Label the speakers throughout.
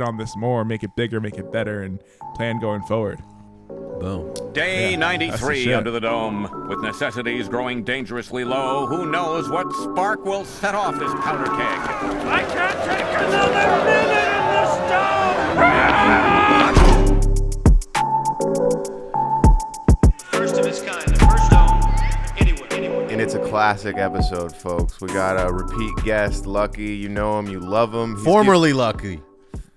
Speaker 1: on this more, make it bigger, make it better, and plan going forward.
Speaker 2: Boom.
Speaker 3: Day
Speaker 1: Yeah, that's the
Speaker 3: 93
Speaker 1: shit.
Speaker 3: under the dome. With necessities growing dangerously low, who knows what spark will set off this powder keg?
Speaker 4: I can't take another minute in this town! First of its kind, the first dome anywhere, anywhere.
Speaker 5: And it's a classic episode, folks. We got a repeat guest, Lucky. You know him, you love him. He's
Speaker 2: Formerly lucky.
Speaker 5: giv-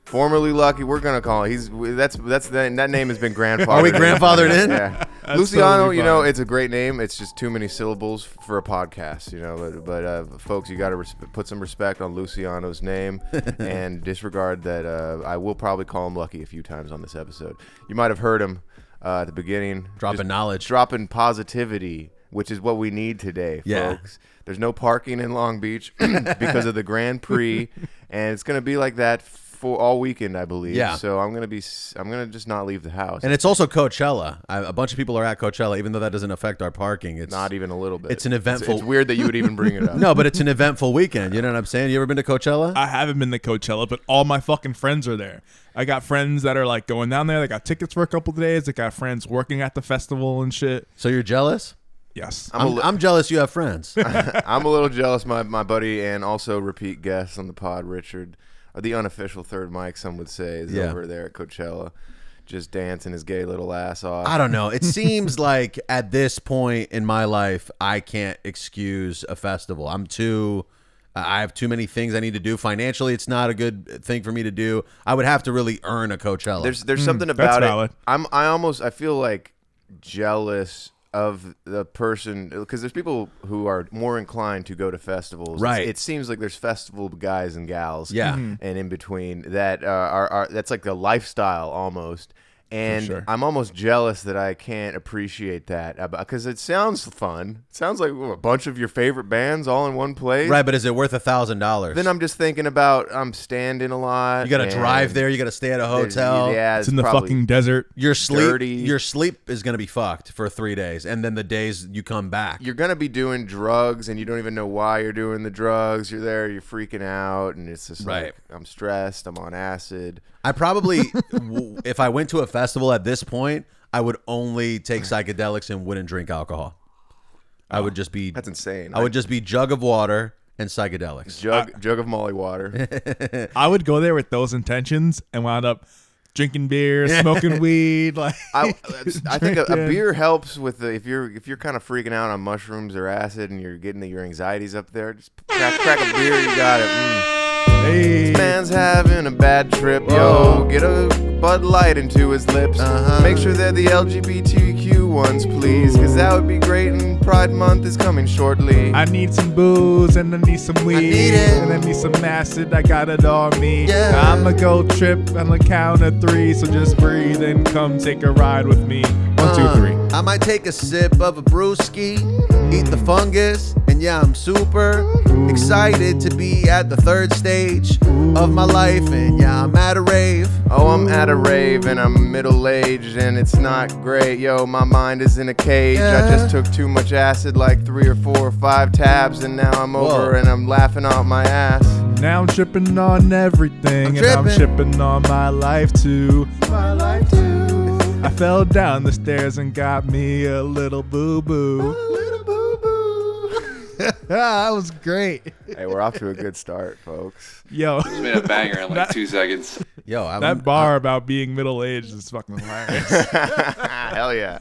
Speaker 5: formerly Lucky. We're gonna call him. He's that's that's that, that name has been grandfathered.
Speaker 2: Are we
Speaker 5: in.
Speaker 2: grandfathered in?
Speaker 5: Yeah, Luciano.
Speaker 1: totally
Speaker 5: you know,
Speaker 1: fine.
Speaker 5: it's a great name. It's just too many syllables for a podcast. You know, but but uh, folks, you got to res- put some respect on Luciano's name and disregard that. Uh, I will probably call him Lucky a few times on this episode. You might have heard him uh, at the beginning.
Speaker 2: Dropping
Speaker 5: Just-
Speaker 2: knowledge.
Speaker 5: dropping positivity, which is what we need today,
Speaker 2: Yeah.
Speaker 5: folks. There's no parking in Long Beach because of the Grand Prix, and it's gonna be like that for all weekend, I believe.
Speaker 2: Yeah.
Speaker 5: So I'm gonna be, s- I'm gonna just not leave the house,
Speaker 2: and it's also Coachella. I, a bunch of people are at Coachella, even though that doesn't affect our parking. It's
Speaker 5: not even a little bit.
Speaker 2: it's an
Speaker 5: It's,
Speaker 2: eventful-
Speaker 5: weird that you would even bring it up.
Speaker 2: No, but it's an eventful weekend. You know what I'm saying? You ever been to Coachella?
Speaker 1: I haven't been to Coachella, but all my fucking friends are there. I got friends that are like going down there. They got tickets for a couple of days. They got friends working at the festival and shit.
Speaker 2: so you're jealous?
Speaker 1: Yes.
Speaker 5: I'm a
Speaker 2: I'm,
Speaker 5: li-
Speaker 2: I'm jealous you have friends.
Speaker 5: I'm a little jealous, my my buddy, and also repeat guest on the pod, Richard, or the unofficial third mic, some would say, is
Speaker 2: Yeah.
Speaker 5: over there at Coachella, just dancing his gay little ass off.
Speaker 2: I don't know. It seems like at this point in my life, I can't excuse a festival. I'm too. I have too many things I need to do financially. It's not a good thing for me to do. I would have to really earn a Coachella.
Speaker 5: There's there's something
Speaker 1: that's
Speaker 5: about
Speaker 1: valid.
Speaker 5: it. I'm I almost I feel like jealous of the person because there's people who are more inclined to go to festivals. It's-
Speaker 2: Right.
Speaker 5: It seems like there's festival guys and gals.
Speaker 2: Yeah. Mhm.
Speaker 5: And in between that uh, are, are that's like the lifestyle almost. And
Speaker 1: sure.
Speaker 5: I'm almost jealous that I can't appreciate that because it sounds fun. It sounds like ooh, a bunch of your favorite bands all in one place.
Speaker 2: right, but is it worth a thousand dollars?
Speaker 5: Then I'm just thinking about I'm standing a lot.
Speaker 2: You got to
Speaker 5: and
Speaker 2: drive there. You got to stay at a
Speaker 5: there's-
Speaker 2: hotel.
Speaker 5: Yeah,
Speaker 1: it's in the
Speaker 5: probably-
Speaker 1: fucking desert.
Speaker 2: Your sleep,
Speaker 5: dirty.
Speaker 2: your sleep is gonna be fucked for three days, and then the days you come back.
Speaker 5: you're gonna be doing drugs and you don't even know why you're doing the drugs. You're there, you're freaking out, and it's just
Speaker 2: Right.
Speaker 5: like I'm stressed, I'm on acid.
Speaker 2: I probably, w- if I went to a festival at this point, I would only take psychedelics and wouldn't drink alcohol. I would just be
Speaker 5: That's insane.
Speaker 2: I would just be jug of water and psychedelics.
Speaker 5: jug jug of Molly water.
Speaker 1: I would go there with those intentions and wound up drinking beer, smoking weed. Like
Speaker 5: I, I think a, a
Speaker 1: drinking.
Speaker 5: beer helps with the, if you're if you're kind of freaking out on mushrooms or acid and you're getting the, your anxieties up there. Just crack, crack a beer, you got it. Mm.
Speaker 1: Hey.
Speaker 5: Man's having a bad trip, yo. Get a Bud Light into his lips. Make sure they're the LGBTQ ones, please, because that would be great. And Pride Month is coming shortly.
Speaker 1: I need some booze and I need some weed
Speaker 2: need it.
Speaker 1: and I need some acid. I got it on me.
Speaker 2: Yeah.
Speaker 1: I'm a go trip on the count of three, so just breathe and come take a ride with me. One, two, three.
Speaker 2: I might take a sip of a brewski, eat the fungus, and yeah, I'm super excited to be at the third stage of my life, and yeah, I'm at a rave.
Speaker 5: Oh, I'm at a rave and I'm middle aged and it's not great. Yo, my mind is in a cage. I just took too much acid, like three or four or five tabs, and now I'm over
Speaker 2: Whoa.
Speaker 5: and I'm laughing out my ass.
Speaker 1: Now I'm tripping on everything,
Speaker 2: I'm
Speaker 1: and I'm
Speaker 2: tripping.
Speaker 1: tripping on my life too.
Speaker 5: My life too.
Speaker 1: I fell down the stairs and got me a little boo boo.
Speaker 5: Little boo boo.
Speaker 1: that was great.
Speaker 5: hey, we're off to a good start, folks.
Speaker 1: Yo,
Speaker 6: made a banger in like two seconds.
Speaker 2: Yo, I'm,
Speaker 1: that bar about being middle aged is fucking hilarious.
Speaker 5: Hell yeah.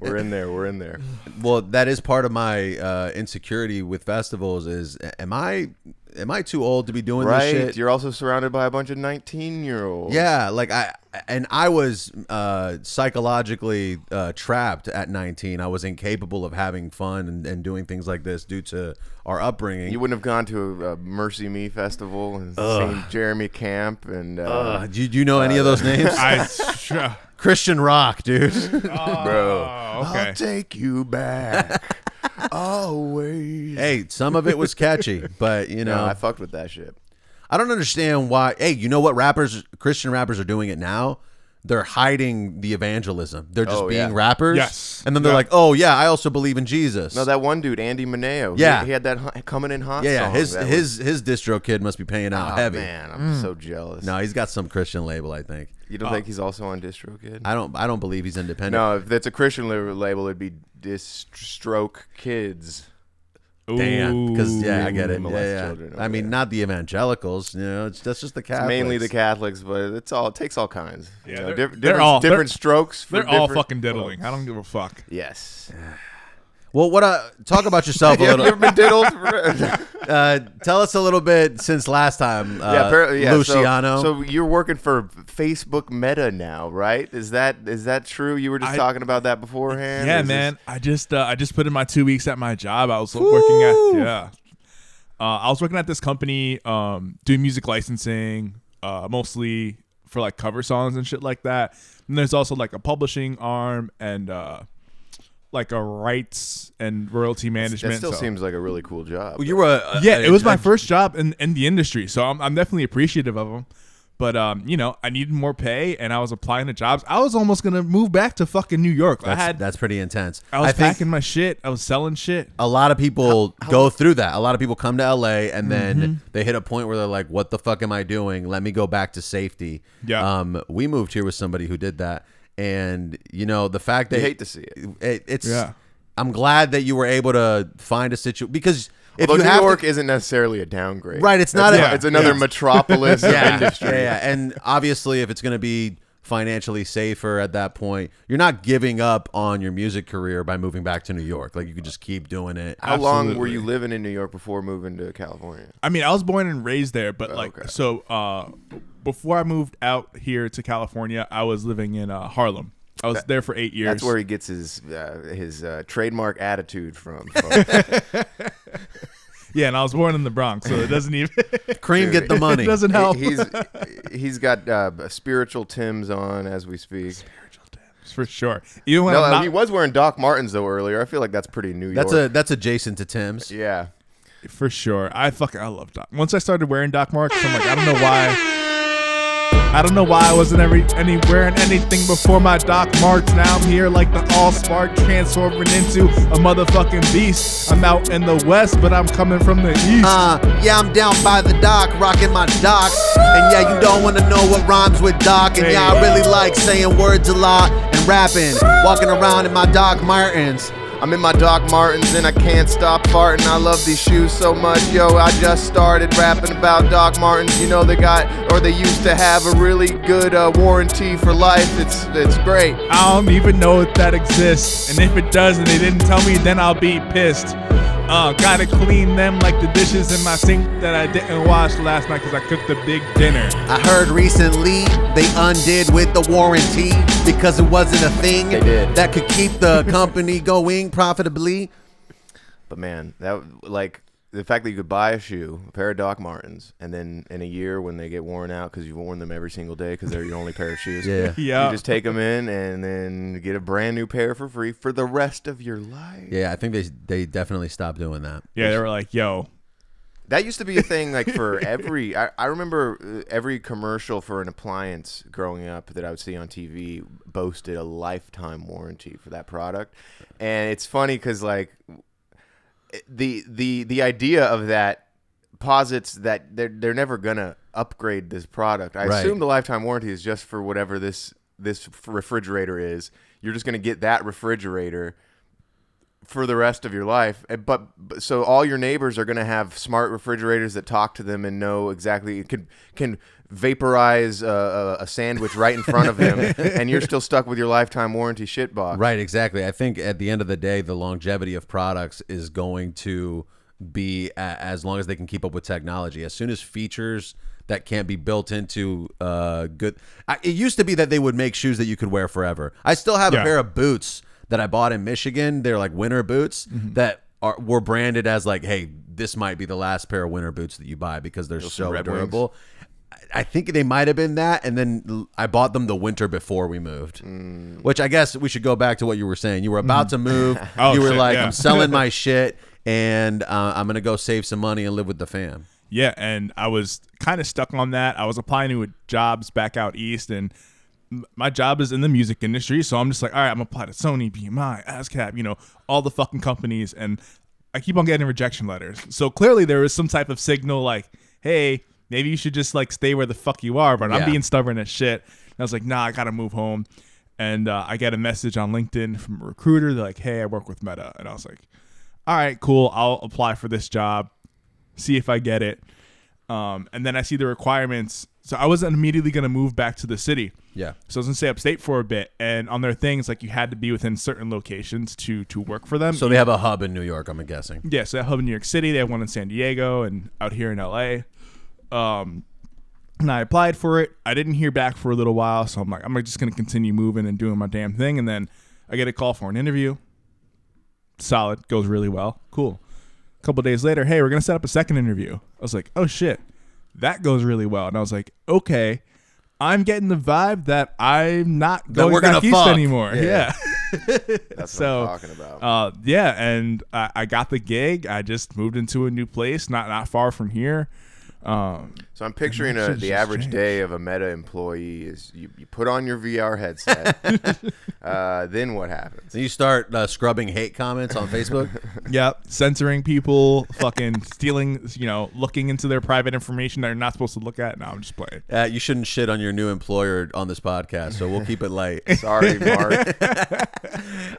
Speaker 5: We're in there. We're in there.
Speaker 2: well that is part of my uh, insecurity with festivals is am i am i too old to be doing this
Speaker 5: Right?
Speaker 2: shit
Speaker 5: You're also surrounded by a bunch of 19 year olds.
Speaker 2: yeah like i and i was uh, psychologically uh, trapped at 19 i was incapable of having fun and, and doing things like this due to our upbringing Uh,
Speaker 5: You wouldn't have gone to a, a Mercy Me festival and seen Jeremy Camp and. Uh,
Speaker 2: uh, do, you- do you know any of those names?
Speaker 1: I,
Speaker 2: Christian rock, dude.
Speaker 5: bro.
Speaker 1: Oh, okay.
Speaker 5: I'll take you back. Always.
Speaker 2: hey, some of it was catchy, but you know,
Speaker 5: No, I fucked with that shit.
Speaker 2: I don't understand why. Hey, you know what? Rappers, Christian rappers, are doing it now. they're hiding the evangelism. They're just
Speaker 5: Oh,
Speaker 2: being
Speaker 5: yeah.
Speaker 2: rappers.
Speaker 1: Yes.
Speaker 2: And then they're
Speaker 1: Yeah.
Speaker 2: like, oh yeah, I also believe in Jesus.
Speaker 5: No, that one dude, Andy Mineo. he-
Speaker 2: Yeah.
Speaker 5: he, had that hot, coming in hot.
Speaker 2: yeah, yeah.
Speaker 5: song.
Speaker 2: His
Speaker 5: That was-
Speaker 2: his his distro kid must be paying out
Speaker 5: Oh,
Speaker 2: heavy. Mm.
Speaker 5: man, I'm so jealous.
Speaker 2: No, he's got some Christian label, I think.
Speaker 5: you don't think he's also on DistroKid?
Speaker 2: I don't I don't believe he's independent.
Speaker 5: no, if that's a Christian li- label, it'd be Distroke Kids.
Speaker 2: Damn, because yeah, I
Speaker 5: Ooh.
Speaker 2: get it. Yeah,
Speaker 5: Molest
Speaker 2: yeah.
Speaker 5: children.
Speaker 2: I
Speaker 5: Oh,
Speaker 2: mean,
Speaker 5: yeah.
Speaker 2: not the evangelicals. You know, it's that's just the Catholics.
Speaker 5: Mainly the Catholics, but it's all it takes all kinds. You
Speaker 1: Yeah,
Speaker 5: know,
Speaker 1: they're-
Speaker 5: diff-
Speaker 1: they're
Speaker 5: different,
Speaker 1: all-
Speaker 5: different
Speaker 1: they're-
Speaker 5: strokes. For
Speaker 1: They're all
Speaker 5: different-
Speaker 1: fucking diddling. I don't give a fuck.
Speaker 5: Yes.
Speaker 2: Well, what? I, talk about yourself a
Speaker 5: Yeah, you
Speaker 2: little.
Speaker 5: ever been diddled? yeah,
Speaker 2: Uh, tell us a little bit since last time, uh,
Speaker 5: apparently. Yeah, so-
Speaker 2: Luciano.
Speaker 5: So, you're working for Facebook Meta now, right? Is that is that true? You were just
Speaker 1: I-
Speaker 5: talking about that beforehand.
Speaker 1: Yeah,
Speaker 5: Is this-
Speaker 1: man. I just uh, I just put in my two weeks at my job. I was working at yeah. Uh, I was working at this company um, doing music licensing, uh, mostly for like cover songs and shit like that. And there's also like a publishing arm and uh, like a rights and royalty management.
Speaker 5: that still
Speaker 1: so-
Speaker 5: seems like a really cool job.
Speaker 2: you were
Speaker 5: Uh,
Speaker 2: a, a-
Speaker 1: yeah,
Speaker 2: a-
Speaker 1: it was my
Speaker 2: a-
Speaker 1: first job in, in the industry, so I'm, I'm definitely appreciative of them. But um, you know, I needed more pay, and I was applying to jobs. I was almost gonna move back to fucking New York. I
Speaker 2: That's,
Speaker 1: had
Speaker 2: that's pretty intense.
Speaker 1: I was
Speaker 2: think
Speaker 1: packing my shit. I was selling shit.
Speaker 2: a lot of people go through that. A lot of people come to LA
Speaker 1: Mm-hmm.
Speaker 2: and then they hit a point where they're like, "What the fuck am I doing? Let me go back to safety."
Speaker 1: Yeah.
Speaker 2: Um, we moved here with somebody who did that, and you know the fact that
Speaker 5: You hate to see it.
Speaker 2: it it's.
Speaker 1: Yeah.
Speaker 2: I'm glad that you were able to find a situation because if
Speaker 5: Although
Speaker 2: you
Speaker 5: New
Speaker 2: have
Speaker 5: York
Speaker 2: to,
Speaker 5: isn't necessarily a downgrade,
Speaker 2: Right, it's
Speaker 5: That's
Speaker 2: not a-
Speaker 5: not- it's another
Speaker 1: Yeah.
Speaker 5: metropolis of
Speaker 2: yeah,
Speaker 5: industry.
Speaker 2: Yeah, yeah. And obviously, if it's going to be financially safer at that point, you're not giving up on your music career by moving back to New York. Like you could just keep doing it.
Speaker 5: How long were
Speaker 1: Absolutely.
Speaker 5: you living in New York before moving to California?
Speaker 1: I mean, I was born and raised there, but like,
Speaker 5: okay.
Speaker 1: so uh, before I moved out here to California, I was living in uh, Harlem. I was there for eight years.
Speaker 5: That's where he gets his uh, his uh, trademark attitude from. folks.
Speaker 1: yeah, and I was born in the Bronx, so it doesn't even
Speaker 2: Cream, get the money.
Speaker 1: it doesn't help.
Speaker 5: He- he's he's got uh, spiritual Tim's on as we speak.
Speaker 1: for sure. Even when
Speaker 5: No, uh,
Speaker 1: I'm not,
Speaker 5: he was wearing Doc Martens though earlier. I feel like that's pretty New
Speaker 2: That's a
Speaker 5: York.
Speaker 2: that's adjacent to Tim's.
Speaker 5: yeah.
Speaker 1: for sure. I fucking I love Doc. Once I started wearing Doc Martens, I'm like, I don't know why. I don't know why I wasn't every any wearing anything before my Doc Martens. Now I'm here like the All Spark, transforming into a motherfucking beast. I'm out in the West, but I'm coming from the East.
Speaker 2: Uh, yeah, I'm down by the dock, rocking my docks. And yeah, you don't wanna know what rhymes with dock. And yeah, I really like saying words a lot and rapping. Walking around in my Doc Martens.
Speaker 5: I'm in my Doc Martens and I can't stop farting. I love these shoes so much, yo. I just started rapping about Doc Martens. You know they got or they used to have a really good uh, warranty for life. It's it's great.
Speaker 1: I don't even know if that exists. And if it does and they didn't tell me, then I'll be pissed. Uh, gotta clean them like the dishes in my sink that I didn't wash last night because I cooked a big dinner.
Speaker 2: I heard recently they undid with the warranty because it wasn't a thing
Speaker 5: They did.
Speaker 2: that could keep the company going profitably.
Speaker 5: But man, that like the fact that you could buy a shoe, a pair of Doc Martens, and then in a year when they get worn out because you've worn them every single day because they're your only pair of shoes,
Speaker 2: Yeah.
Speaker 1: Yeah.
Speaker 5: you just take them in and then get a brand new pair for free for the rest of your life.
Speaker 2: Yeah, I think they they definitely stopped doing that.
Speaker 1: Yeah, they were like, yo,
Speaker 5: That used to be a thing, like for every. I, I remember uh, every commercial for an appliance growing up that I would see on TV boasted a lifetime warranty for that product, and it's funny because like the the the idea of that posits that they're they're never gonna upgrade this product. I
Speaker 2: Right.
Speaker 5: assume the lifetime warranty is just for whatever this this refrigerator is. You're just gonna get that refrigerator for the rest of your life. And- But, but so all your neighbors are going to have smart refrigerators that talk to them and know exactly can can vaporize a, a sandwich right in front of them, and you're still stuck with your lifetime warranty shit box.
Speaker 2: Right, exactly. I think at the end of the day, the longevity of products is going to be a- as long as they can keep up with technology. As soon as features that can't be built into uh, good, I, it used to be that they would make shoes that you could wear forever. I still have a
Speaker 1: Yeah.
Speaker 2: pair of boots that I bought in Michigan. They're like winter boots
Speaker 5: Mm-hmm.
Speaker 2: that are were branded as like, hey, this might be the last pair of winter boots that you buy because they're so
Speaker 5: Red Wings.
Speaker 2: durable. I- I think they might have been that, and then l- I bought them the winter before we moved.
Speaker 5: Mm.
Speaker 2: Which I guess we should go back to what you were saying. You were about to move.
Speaker 1: Oh,
Speaker 2: you were
Speaker 1: shit,
Speaker 2: like,
Speaker 1: yeah.
Speaker 2: "I'm selling my shit, and uh, I'm gonna go save some money and live with the fam."
Speaker 1: Yeah, and I was kind of stuck on that. I was applying to jobs back out east, and m- my job is in the music industry, so I'm just like, all right, I'm gonna apply to Sony, BMI, ASCAP, you know, all the fucking companies, and I keep on getting rejection letters. So clearly there is some type of signal like, hey, maybe you should just like stay where the fuck you are. But
Speaker 2: Yeah.
Speaker 1: I'm being stubborn as shit. And I was like, nah, I gotta move home. And uh, I get a message on LinkedIn from a recruiter. They're like, hey, I work with Meta, and I was like, all right, cool, I'll apply for this job, see if I get it. Um, and then I see the requirements. So I wasn't immediately going to move back to the city.
Speaker 2: Yeah.
Speaker 1: So I was going to stay upstate for a bit. And on their things, like you had to be within certain locations to to work for them.
Speaker 2: So they have a hub in New York, I'm guessing.
Speaker 1: yeah, so they have a hub in New York City. They have one in San Diego and out here in LA. Um, and I applied for it. I didn't hear back for a little while. So I'm like, I'm just going to continue moving and doing my damn thing. And then I get a call for an interview. Solid. Goes really well. Cool. A couple days later, hey, we're going to set up a second interview. I was like, oh shit. That goes really well. And I was like, okay. I'm getting the vibe that I'm not going
Speaker 2: we're
Speaker 1: back
Speaker 2: gonna
Speaker 1: east
Speaker 2: fuck.
Speaker 1: anymore. yeah.
Speaker 5: That's
Speaker 1: So,
Speaker 5: what I'm talking about.
Speaker 1: Uh, yeah, and I, I got the gig. I just moved into a new place, not not far from here. Um,
Speaker 5: So I'm picturing
Speaker 1: shit
Speaker 5: a,
Speaker 1: is
Speaker 5: the
Speaker 1: just
Speaker 5: average
Speaker 1: strange.
Speaker 5: day of a Meta employee is you, you put on your VR headset, uh, then what happens?
Speaker 2: So you start uh, scrubbing hate comments on Facebook.
Speaker 1: yep, censoring people, fucking stealing, you know, looking into their private information that you're not supposed to look at. No, I'm just playing.
Speaker 2: uh, you shouldn't shit on your new employer on this podcast, so we'll keep it light.
Speaker 5: Sorry, Mark.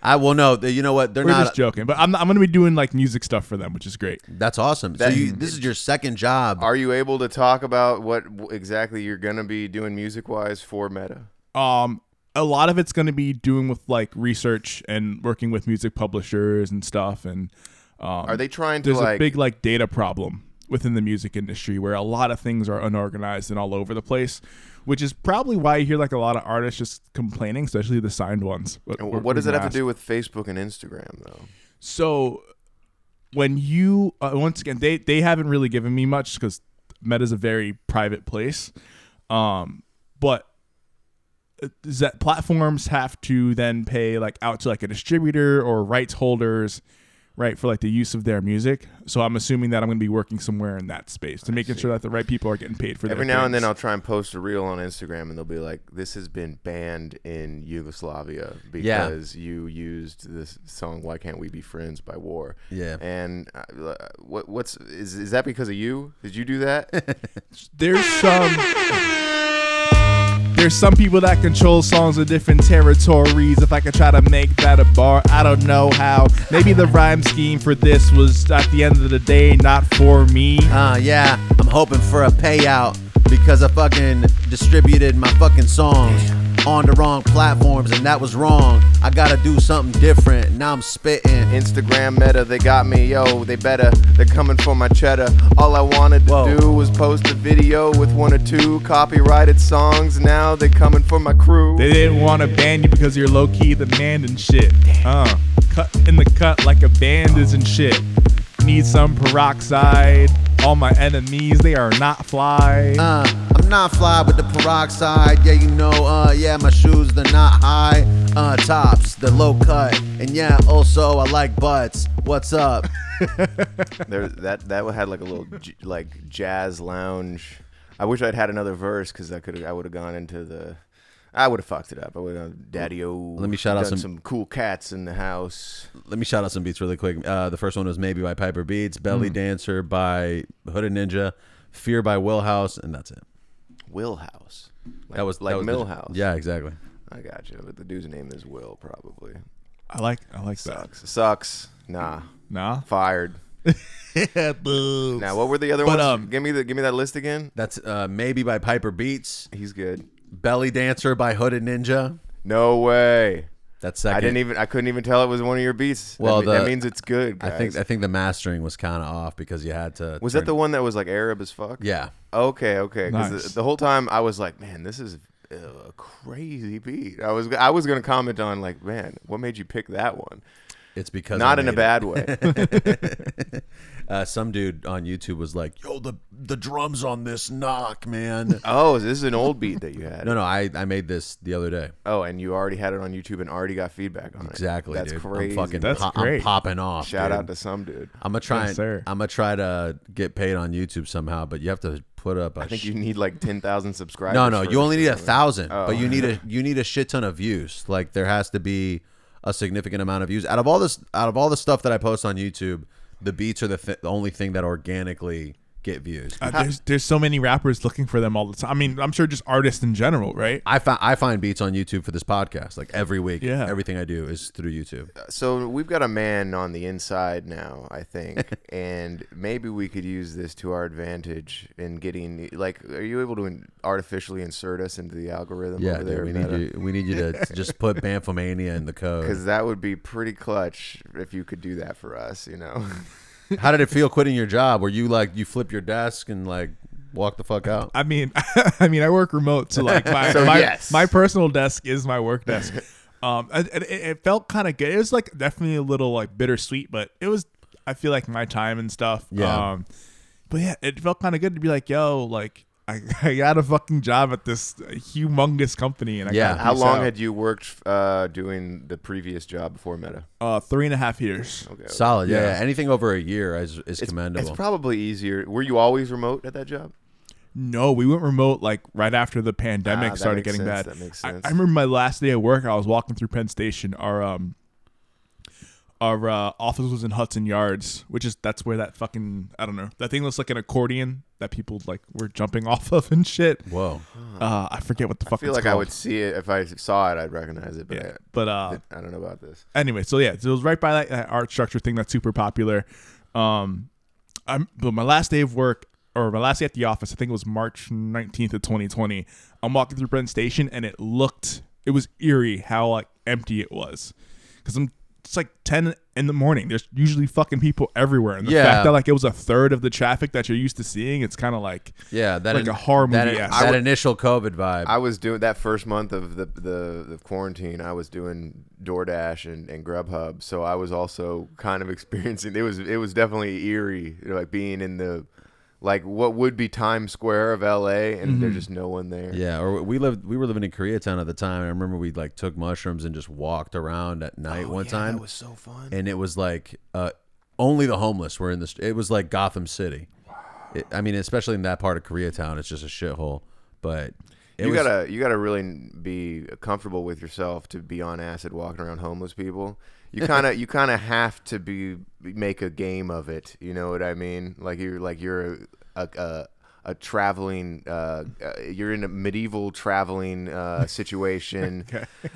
Speaker 2: I will know that you know what they're
Speaker 1: We're
Speaker 2: not.
Speaker 1: just joking, but I'm, I'm gonna be doing like music stuff for them, which is great.
Speaker 2: That's awesome. so
Speaker 5: That-
Speaker 2: you, this is your second job.
Speaker 5: Are you able to talk about what w- exactly you're going to be doing music wise for Meta?
Speaker 1: Um, a lot of it's gonna be doing with like research and working with music publishers and stuff. And um,
Speaker 5: Are they trying to
Speaker 1: there's
Speaker 5: like?
Speaker 1: a big like data problem within the music industry where a lot of things are unorganized and all over the place which is probably why you hear like a lot of artists just complaining especially the signed ones
Speaker 5: w- what does it have to do with Facebook and Instagram though?
Speaker 1: so when you uh, once again they they haven't really given me much because meta's a very private place um but uh, is that platforms have to then pay like out to like a distributor or rights holders right for like the use of their music so i'm assuming that i'm going to be working somewhere in that space to making sure that the right people are getting paid for
Speaker 5: Every
Speaker 1: their
Speaker 5: now and then
Speaker 1: things.
Speaker 5: I'll try and post a reel on Instagram and they'll be like, "This has been banned in Yugoslavia
Speaker 2: Yeah.
Speaker 5: because you used this song Why Can't We Be Friends by War."
Speaker 2: Yeah.
Speaker 5: And uh, what what's is is that because of you? Did you do that?
Speaker 1: there's some there's some people that control songs of different territories if i could try to make that a bar i don't know how maybe the rhyme scheme for this was at the end of the day not for me
Speaker 2: Uh, yeah, I'm hoping for a payout because I fucking distributed my fucking songs on the wrong platforms and that was wrong. I gotta do something different. Now I'm spitting.
Speaker 5: Instagram meta, they got me, yo, they better. They're coming for my cheddar. All I wanted to
Speaker 2: Whoa.
Speaker 5: do was post a video with one or two copyrighted songs. Now they're coming for my crew.
Speaker 1: they didn't want to ban you because you're low-key the man and shit uh cut in the cut like a band is and shit need some peroxide all my enemies they are not fly
Speaker 2: Uh, I'm not fly with the peroxide. Yeah, you know, uh, yeah, my shoes, they're not high. Uh, tops, they're low cut. And yeah, also, I like butts. What's up?
Speaker 5: There, that that had like a little j- like jazz lounge. I wish I'd had another verse because I could I would have gone into the. I would have fucked it up. I would have daddy o.
Speaker 2: Let me shout out some-
Speaker 5: some cool cats in the house.
Speaker 2: let me shout out some beats really quick. Uh, the first one was Maybe by Piper Beats, Belly Dancer by Hooded Ninja, Fear by Will House, and that's it.
Speaker 5: Will House. Like,
Speaker 2: That was
Speaker 5: like
Speaker 2: that was the-
Speaker 5: Millhouse.
Speaker 2: yeah, exactly.
Speaker 5: I got you. But the dude's name is Will probably.
Speaker 1: i like i like that
Speaker 5: Sucks. Sucks. Nah.
Speaker 1: nah
Speaker 5: Fired.
Speaker 1: boo
Speaker 5: Now what were the other
Speaker 1: But,
Speaker 5: ones?
Speaker 1: um,
Speaker 5: give me the give me that list again.
Speaker 2: That's uh, Maybe by Piper Beats,
Speaker 5: He's good.
Speaker 2: Belly Dancer by Hooded Ninja.
Speaker 5: No way.
Speaker 2: That's second.
Speaker 5: I didn't even. I couldn't even tell it was one of your beats. That
Speaker 2: Well,
Speaker 5: me- that,
Speaker 2: the-
Speaker 5: means it's good.
Speaker 2: I
Speaker 5: Guys.
Speaker 2: think I think the mastering was kind of off because you had to.
Speaker 5: was
Speaker 2: turn-
Speaker 5: that the one that was like Arab as fuck?
Speaker 2: Yeah,
Speaker 5: Okay, okay. 'Cause
Speaker 1: Nice.
Speaker 5: the, the whole time I was like, man, this is uh, a crazy beat. I was I was gonna comment on like, man, what made you pick that one?
Speaker 2: it's because
Speaker 5: Not
Speaker 2: I
Speaker 5: in a
Speaker 2: made it.
Speaker 5: bad way.
Speaker 2: Uh, some dude on YouTube was like, "Yo, the the drums on this knock, man."
Speaker 5: oh, so this is an old beat that you had.
Speaker 2: no, no, I I made this the other day.
Speaker 5: Oh, and you already had it on YouTube and already got feedback on it.
Speaker 2: Exactly.
Speaker 5: That's
Speaker 2: dude.
Speaker 5: crazy.
Speaker 2: I'm fucking
Speaker 1: That's
Speaker 2: po- I'm
Speaker 1: great.
Speaker 2: popping off.
Speaker 5: Shout
Speaker 2: dude.
Speaker 5: out to some dude.
Speaker 2: I'm gonna try.
Speaker 1: Yes,
Speaker 2: and,
Speaker 1: sir.
Speaker 2: I'm gonna try to get paid on YouTube somehow, but you have to put up a
Speaker 5: I think
Speaker 2: sh-
Speaker 5: you need like ten thousand subscribers.
Speaker 2: no, no.
Speaker 5: for
Speaker 2: You only
Speaker 5: this
Speaker 2: need a
Speaker 5: or something.
Speaker 2: thousand,
Speaker 5: Oh.
Speaker 2: but you need a you need a shit ton of views. Like there has to be a significant amount of views out of all this out of all the stuff that I post on YouTube. The beats are the, th- the only thing that organically get views.
Speaker 1: Uh, there's there's so many rappers looking for them all the time. I mean, I'm sure just artists in general, right?
Speaker 2: I find I find beats on YouTube for this podcast. Like every week,
Speaker 1: Yeah.
Speaker 2: everything I do is through YouTube.
Speaker 5: So we've got a man on the inside now, I think, and maybe we could use this to our advantage in getting. Like, are you able to in- artificially insert us into the algorithm?
Speaker 2: Yeah,
Speaker 5: over
Speaker 2: dude,
Speaker 5: there,
Speaker 2: we need you. We need you to just put Bamfomania in the code.
Speaker 5: Because that would be pretty clutch if you could do that for us. You know,
Speaker 2: How did it feel quitting your job? Where you like you flip your desk and like walk the fuck out?
Speaker 1: I mean, I mean, I work remote, so like my
Speaker 5: So,
Speaker 1: my,
Speaker 5: yes.
Speaker 1: my personal desk is my work desk. Um, and- and it, it felt kind of good. It was like definitely a little like bittersweet, but it was. I feel like my time and stuff.
Speaker 2: Yeah.
Speaker 1: Um, but yeah, it felt kind of good to be like, yo, like I, I got a fucking job at this humongous company, and I
Speaker 2: Yeah.
Speaker 1: gotta
Speaker 5: how
Speaker 1: peace
Speaker 5: long
Speaker 1: out.
Speaker 5: had you worked uh, doing the previous job before Meta?
Speaker 1: uh, three and a half years?
Speaker 5: Okay,
Speaker 2: Solid, yeah,
Speaker 1: Yeah.
Speaker 2: yeah. Anything over a year is is
Speaker 5: it's,
Speaker 2: commendable.
Speaker 5: it's probably easier. Were you always remote at that job?
Speaker 1: No, we went remote like right after the pandemic
Speaker 5: Ah, that
Speaker 1: started
Speaker 5: makes
Speaker 1: getting
Speaker 5: sense,
Speaker 1: bad.
Speaker 5: that makes
Speaker 1: I-
Speaker 5: sense.
Speaker 1: I, remember my last day at work. I was walking through Penn Station. Our um, our uh, office was in Hudson Yards, which is that's where that fucking I don't know that thing looks like an accordion that people like were jumping off of and shit.
Speaker 2: Whoa,
Speaker 1: Uh, I forget what the
Speaker 5: I
Speaker 1: fuck.
Speaker 5: feel
Speaker 1: it's
Speaker 5: like I
Speaker 1: called.
Speaker 5: would see it if I saw it. I'd recognize it, but
Speaker 1: Yeah,
Speaker 5: I-
Speaker 1: but uh,
Speaker 5: I don't know about this.
Speaker 1: anyway, so yeah, so it was right by that, that art structure thing that's super popular. Um, I'm but my last day of work or my last day at the office, I think it was March 19th of 2020. I'm walking through Penn Station and it looked it was eerie how like empty it was because I'm it's like 10 in the morning. There's usually fucking people everywhere, and the
Speaker 2: Yeah.
Speaker 1: fact that like it was a third of the traffic that you're used to seeing, it's kind of like
Speaker 2: yeah, that
Speaker 1: like
Speaker 2: in-
Speaker 1: a horror
Speaker 2: That,
Speaker 1: movie.
Speaker 2: that
Speaker 1: ass.
Speaker 2: initial COVID vibe.
Speaker 5: I was doing that first month of the the, the quarantine. I was doing DoorDash and, and Grubhub, so I was also kind of experiencing. It was it was definitely eerie, you know, like being in the like what would be Times Square of L.A. and there's just no one there.
Speaker 2: Mm-hmm. yeah, or we lived we were living in Koreatown at the time. I remember we like took mushrooms and just walked around at night one time.
Speaker 5: Oh, that was so fun.
Speaker 2: and it was like uh, only the homeless were in this. It was like Gotham City. It, I mean, especially in that part of Koreatown, it's just a shithole. But it
Speaker 5: you
Speaker 2: was,
Speaker 5: gotta you gotta really be comfortable with yourself to be on acid walking around homeless people. You kind of you kind of have to be make a game of it. You know what I mean? Like you're like you're a a, a, a traveling uh, uh, you're in a medieval traveling uh, situation,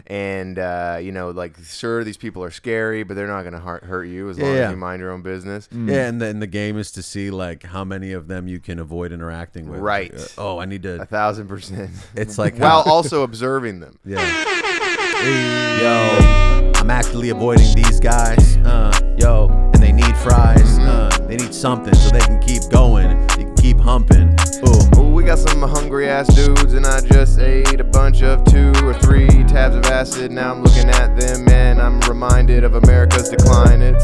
Speaker 5: and uh, you know like sure these people are scary, but they're not gonna hurt, hurt you as long
Speaker 2: Yeah. Mm.
Speaker 5: as you mind your own business.
Speaker 2: yeah, and then the game is to see like how many of them you can avoid interacting with.
Speaker 5: Right.
Speaker 2: Like, uh, oh, I need
Speaker 5: A
Speaker 2: to.
Speaker 5: thousand percent.
Speaker 2: It's like
Speaker 5: While
Speaker 2: how-
Speaker 5: also observing them.
Speaker 2: yo, I'm actively avoiding these guys. Uh, yo, and they need fries. Uh, they need something so they can keep going. They can keep humping. Ooh.
Speaker 5: Ooh, we got some hungry ass dudes, and I just ate a bunch of two or three tabs of acid. Now I'm looking at them, and I'm reminded of America's decline. It's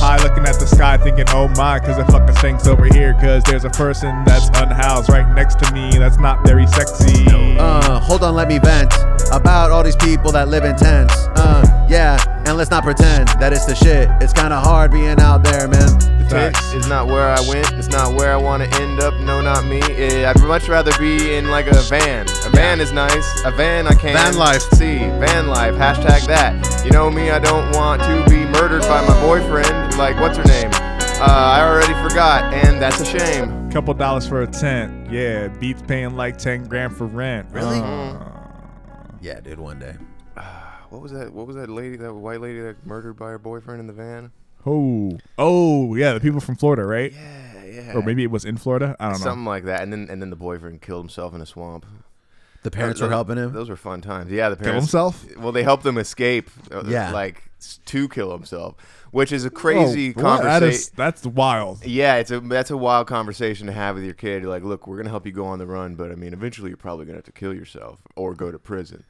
Speaker 1: high looking at the sky thinking oh my cause the fucking stinks over here cause there's a person that's unhoused right next to me that's not very sexy
Speaker 2: Uh, hold on, let me vent about all these people that live in tents. Uh, yeah, and let's not pretend that it's the shit. It's kind of hard being out there, man.
Speaker 5: tent
Speaker 1: Facts.
Speaker 5: is not where I went, it's not where I want to end up. No, not me. Eh, I'd much rather be in like a van. A van is nice, a van I can
Speaker 2: Van life.
Speaker 5: see. Van life, hashtag that. You know me, I don't want to be murdered by my boyfriend. Like, what's her name? Uh, I already forgot, and that's a shame.
Speaker 1: couple dollars for a tent yeah beats paying like 10 grand for rent Uh. really
Speaker 2: Yeah, dude, one day.
Speaker 5: What was that? What was that lady? That white lady that murdered by her boyfriend in the van?
Speaker 1: oh oh yeah the people from florida right
Speaker 5: Yeah, yeah.
Speaker 1: or maybe it was in florida i don't know
Speaker 5: something like that. And then and then the boyfriend killed himself in a swamp.
Speaker 2: The parents were
Speaker 5: Those-
Speaker 2: helping him.
Speaker 5: Those were fun times. Yeah, the
Speaker 1: kill
Speaker 5: parents.
Speaker 1: himself
Speaker 5: Well, they helped him escape. uh,
Speaker 2: Yeah.
Speaker 5: like s- to kill himself, which is a crazy
Speaker 1: Oh, what? that is
Speaker 5: conversation.
Speaker 1: that's wild
Speaker 5: Yeah, it's a that's a wild conversation to have with your kid. You're like, look, we're gonna help you go on the run, but I mean, eventually you're probably gonna have to kill yourself or go to prison.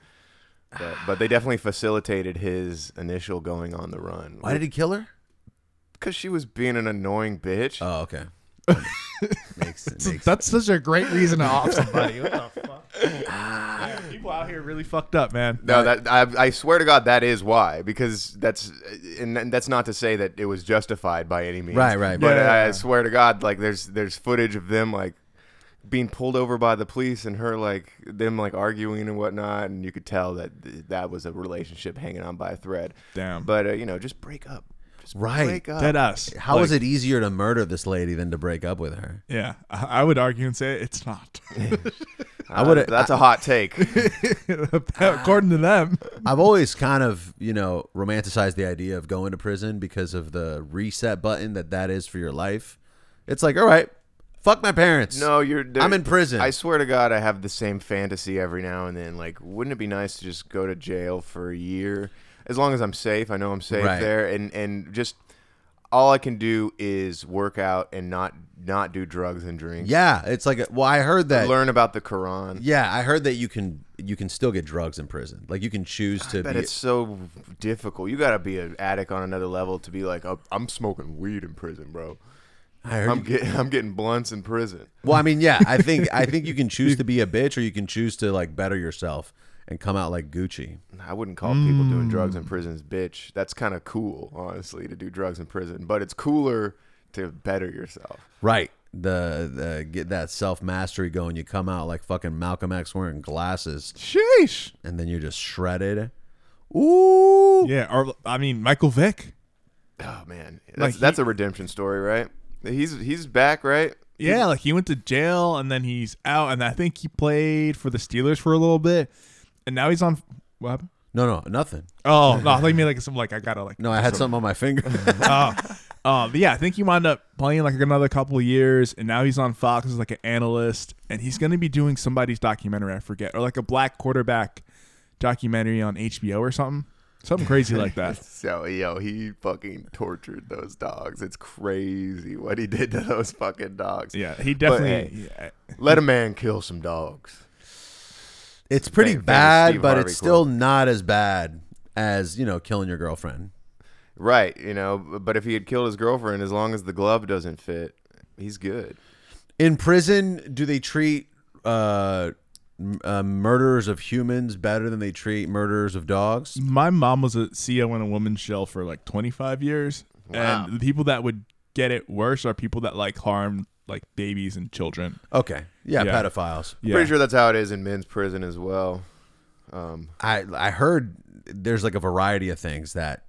Speaker 5: But, but they definitely facilitated his initial going on the run.
Speaker 2: Why did he kill her?
Speaker 5: Because she was being an annoying bitch.
Speaker 2: Oh, okay. makes makes
Speaker 1: that's such a great reason to off somebody what the fuck Yeah, people out here really fucked up man
Speaker 5: No, that I, I swear to God, that is why. Because that's and, and that's not to say that it was justified by any means.
Speaker 2: Right, right,
Speaker 5: But
Speaker 1: right.
Speaker 5: I swear to God, like there's there's footage of them like being pulled over by the police and her like them like arguing and whatnot, and you could tell that th- that was a relationship hanging on by a thread.
Speaker 1: Damn.
Speaker 5: But uh, you know, just break up. Just
Speaker 2: Right.
Speaker 5: Break up.
Speaker 1: Dead ass.
Speaker 2: How
Speaker 1: Like,
Speaker 2: is it easier to murder this lady than to break up with her?
Speaker 1: Yeah, I, I would argue and say it's not.
Speaker 5: I
Speaker 2: would've-
Speaker 5: Uh, That's a hot take.
Speaker 1: According to them,
Speaker 2: I've always kind of, you know, romanticized the idea of going to prison because of the reset button that that is for your life. It's like, all right, fuck my parents.
Speaker 5: No, you're. there-
Speaker 2: I'm in prison.
Speaker 5: I swear to God, I have the same fantasy every now and then. Like, wouldn't it be nice to just go to jail for a year, as long as I'm safe? I know I'm safe
Speaker 2: Right.
Speaker 5: there, and and just all I can do is work out and not not do drugs and drink.
Speaker 2: yeah, it's like, a, well, I heard that.
Speaker 5: learn about the Quran.
Speaker 2: Yeah, I heard that you can you can still get drugs in prison. Like you can choose to
Speaker 5: But
Speaker 2: be.
Speaker 5: it's so difficult. You got to be an addict on another level to be like, "Oh, I'm smoking weed in prison, bro.
Speaker 2: I heard.
Speaker 5: I'm
Speaker 2: you-
Speaker 5: getting I'm getting blunts in prison.
Speaker 2: well, I mean, yeah, I think I think you can choose to be a bitch or you can choose to like better yourself and come out like Gucci.
Speaker 5: I wouldn't call people doing drugs
Speaker 1: Hmm.
Speaker 5: in prisons bitch. That's kind of cool, honestly, to do drugs in prison. But it's cooler to better yourself.
Speaker 2: Right. The, the get that self mastery going. You come out like fucking Malcolm X wearing glasses,
Speaker 1: sheesh.
Speaker 2: and then you're just shredded. Ooh.
Speaker 1: Yeah, or I mean Michael Vick.
Speaker 5: Oh man, that's,
Speaker 1: Like,
Speaker 5: that's
Speaker 1: he-
Speaker 5: a redemption story, right? He's he's back, right?
Speaker 1: Yeah, like he went to jail and then he's out, and I think he played for the Steelers for a little bit, and now he's on. What happened?
Speaker 2: No, no, nothing.
Speaker 1: Oh no, I think maybe like some like I gotta like
Speaker 2: No, I had something on my finger.
Speaker 1: Oh, um, yeah, I think he wound up playing like another couple of years, and now he's on Fox as like an analyst, and he's going to be doing somebody's documentary. I forget, or like a black quarterback documentary on HBO or something, something crazy like that.
Speaker 5: So yo, he fucking tortured those dogs. It's crazy what he did to those fucking dogs.
Speaker 1: Yeah, he definitely.
Speaker 5: Let a man kill some dogs.
Speaker 2: it's pretty
Speaker 5: Fa- famous
Speaker 2: bad,
Speaker 5: Steve
Speaker 2: but
Speaker 5: Harvey
Speaker 2: it's still
Speaker 5: quote.
Speaker 2: not as bad as you know killing your girlfriend.
Speaker 5: Right, you know. But if he had killed his girlfriend, as long as the glove doesn't fit, he's good.
Speaker 2: In prison, do they treat uh, m- uh, murderers of humans better than they treat murderers of dogs?
Speaker 1: my mom was a CO in a woman's shell for like 25 years, and the people that would get it worse are people that like harmed like babies and children.
Speaker 2: Okay, yeah,
Speaker 1: Yeah.
Speaker 2: pedophiles.
Speaker 1: Yeah,
Speaker 5: Pretty sure that's how it is in men's prison as well.
Speaker 2: I I heard there's like a variety of things that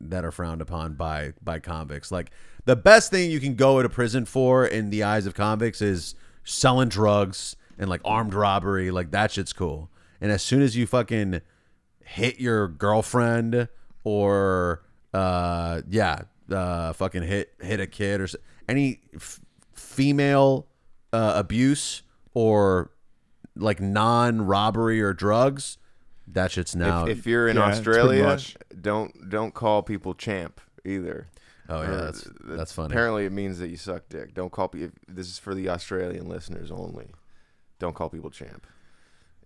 Speaker 2: that are frowned upon by by convicts. Like the best thing you can go to prison for in the eyes of convicts is selling drugs and like armed robbery. Like that shit's cool. And as soon as you fucking hit your girlfriend or uh yeah uh fucking hit hit a kid or s- any f- female uh, abuse or like non-robbery or drugs that shit's now
Speaker 5: if you're in
Speaker 1: yeah, it's pretty
Speaker 5: Australia,
Speaker 1: much-
Speaker 5: don't don't call people champ either.
Speaker 2: oh yeah
Speaker 5: Or
Speaker 2: that's
Speaker 5: th-
Speaker 2: that's funny
Speaker 5: Apparently, it means that you suck dick. Don't call people. This is for the Australian listeners only. Don't call people champ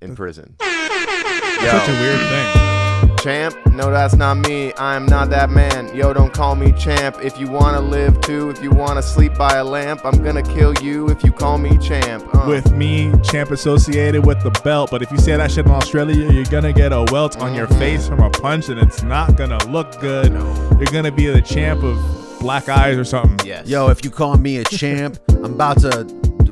Speaker 1: Uh.
Speaker 5: in prison.
Speaker 1: such a weird thing.
Speaker 5: Champ? No, that's not me. I'm not that man. Yo, don't call me champ. If you wanna live too, if you wanna sleep by a lamp, I'm gonna kill you if you call me champ. Uh.
Speaker 1: With me, champ associated with the belt. But if you say that shit in Australia, you're gonna get a welt on your face from a punch, and it's not gonna look good. You're gonna be the champ of black eyes or something.
Speaker 5: yes.
Speaker 2: yo if you call me a champ i'm about to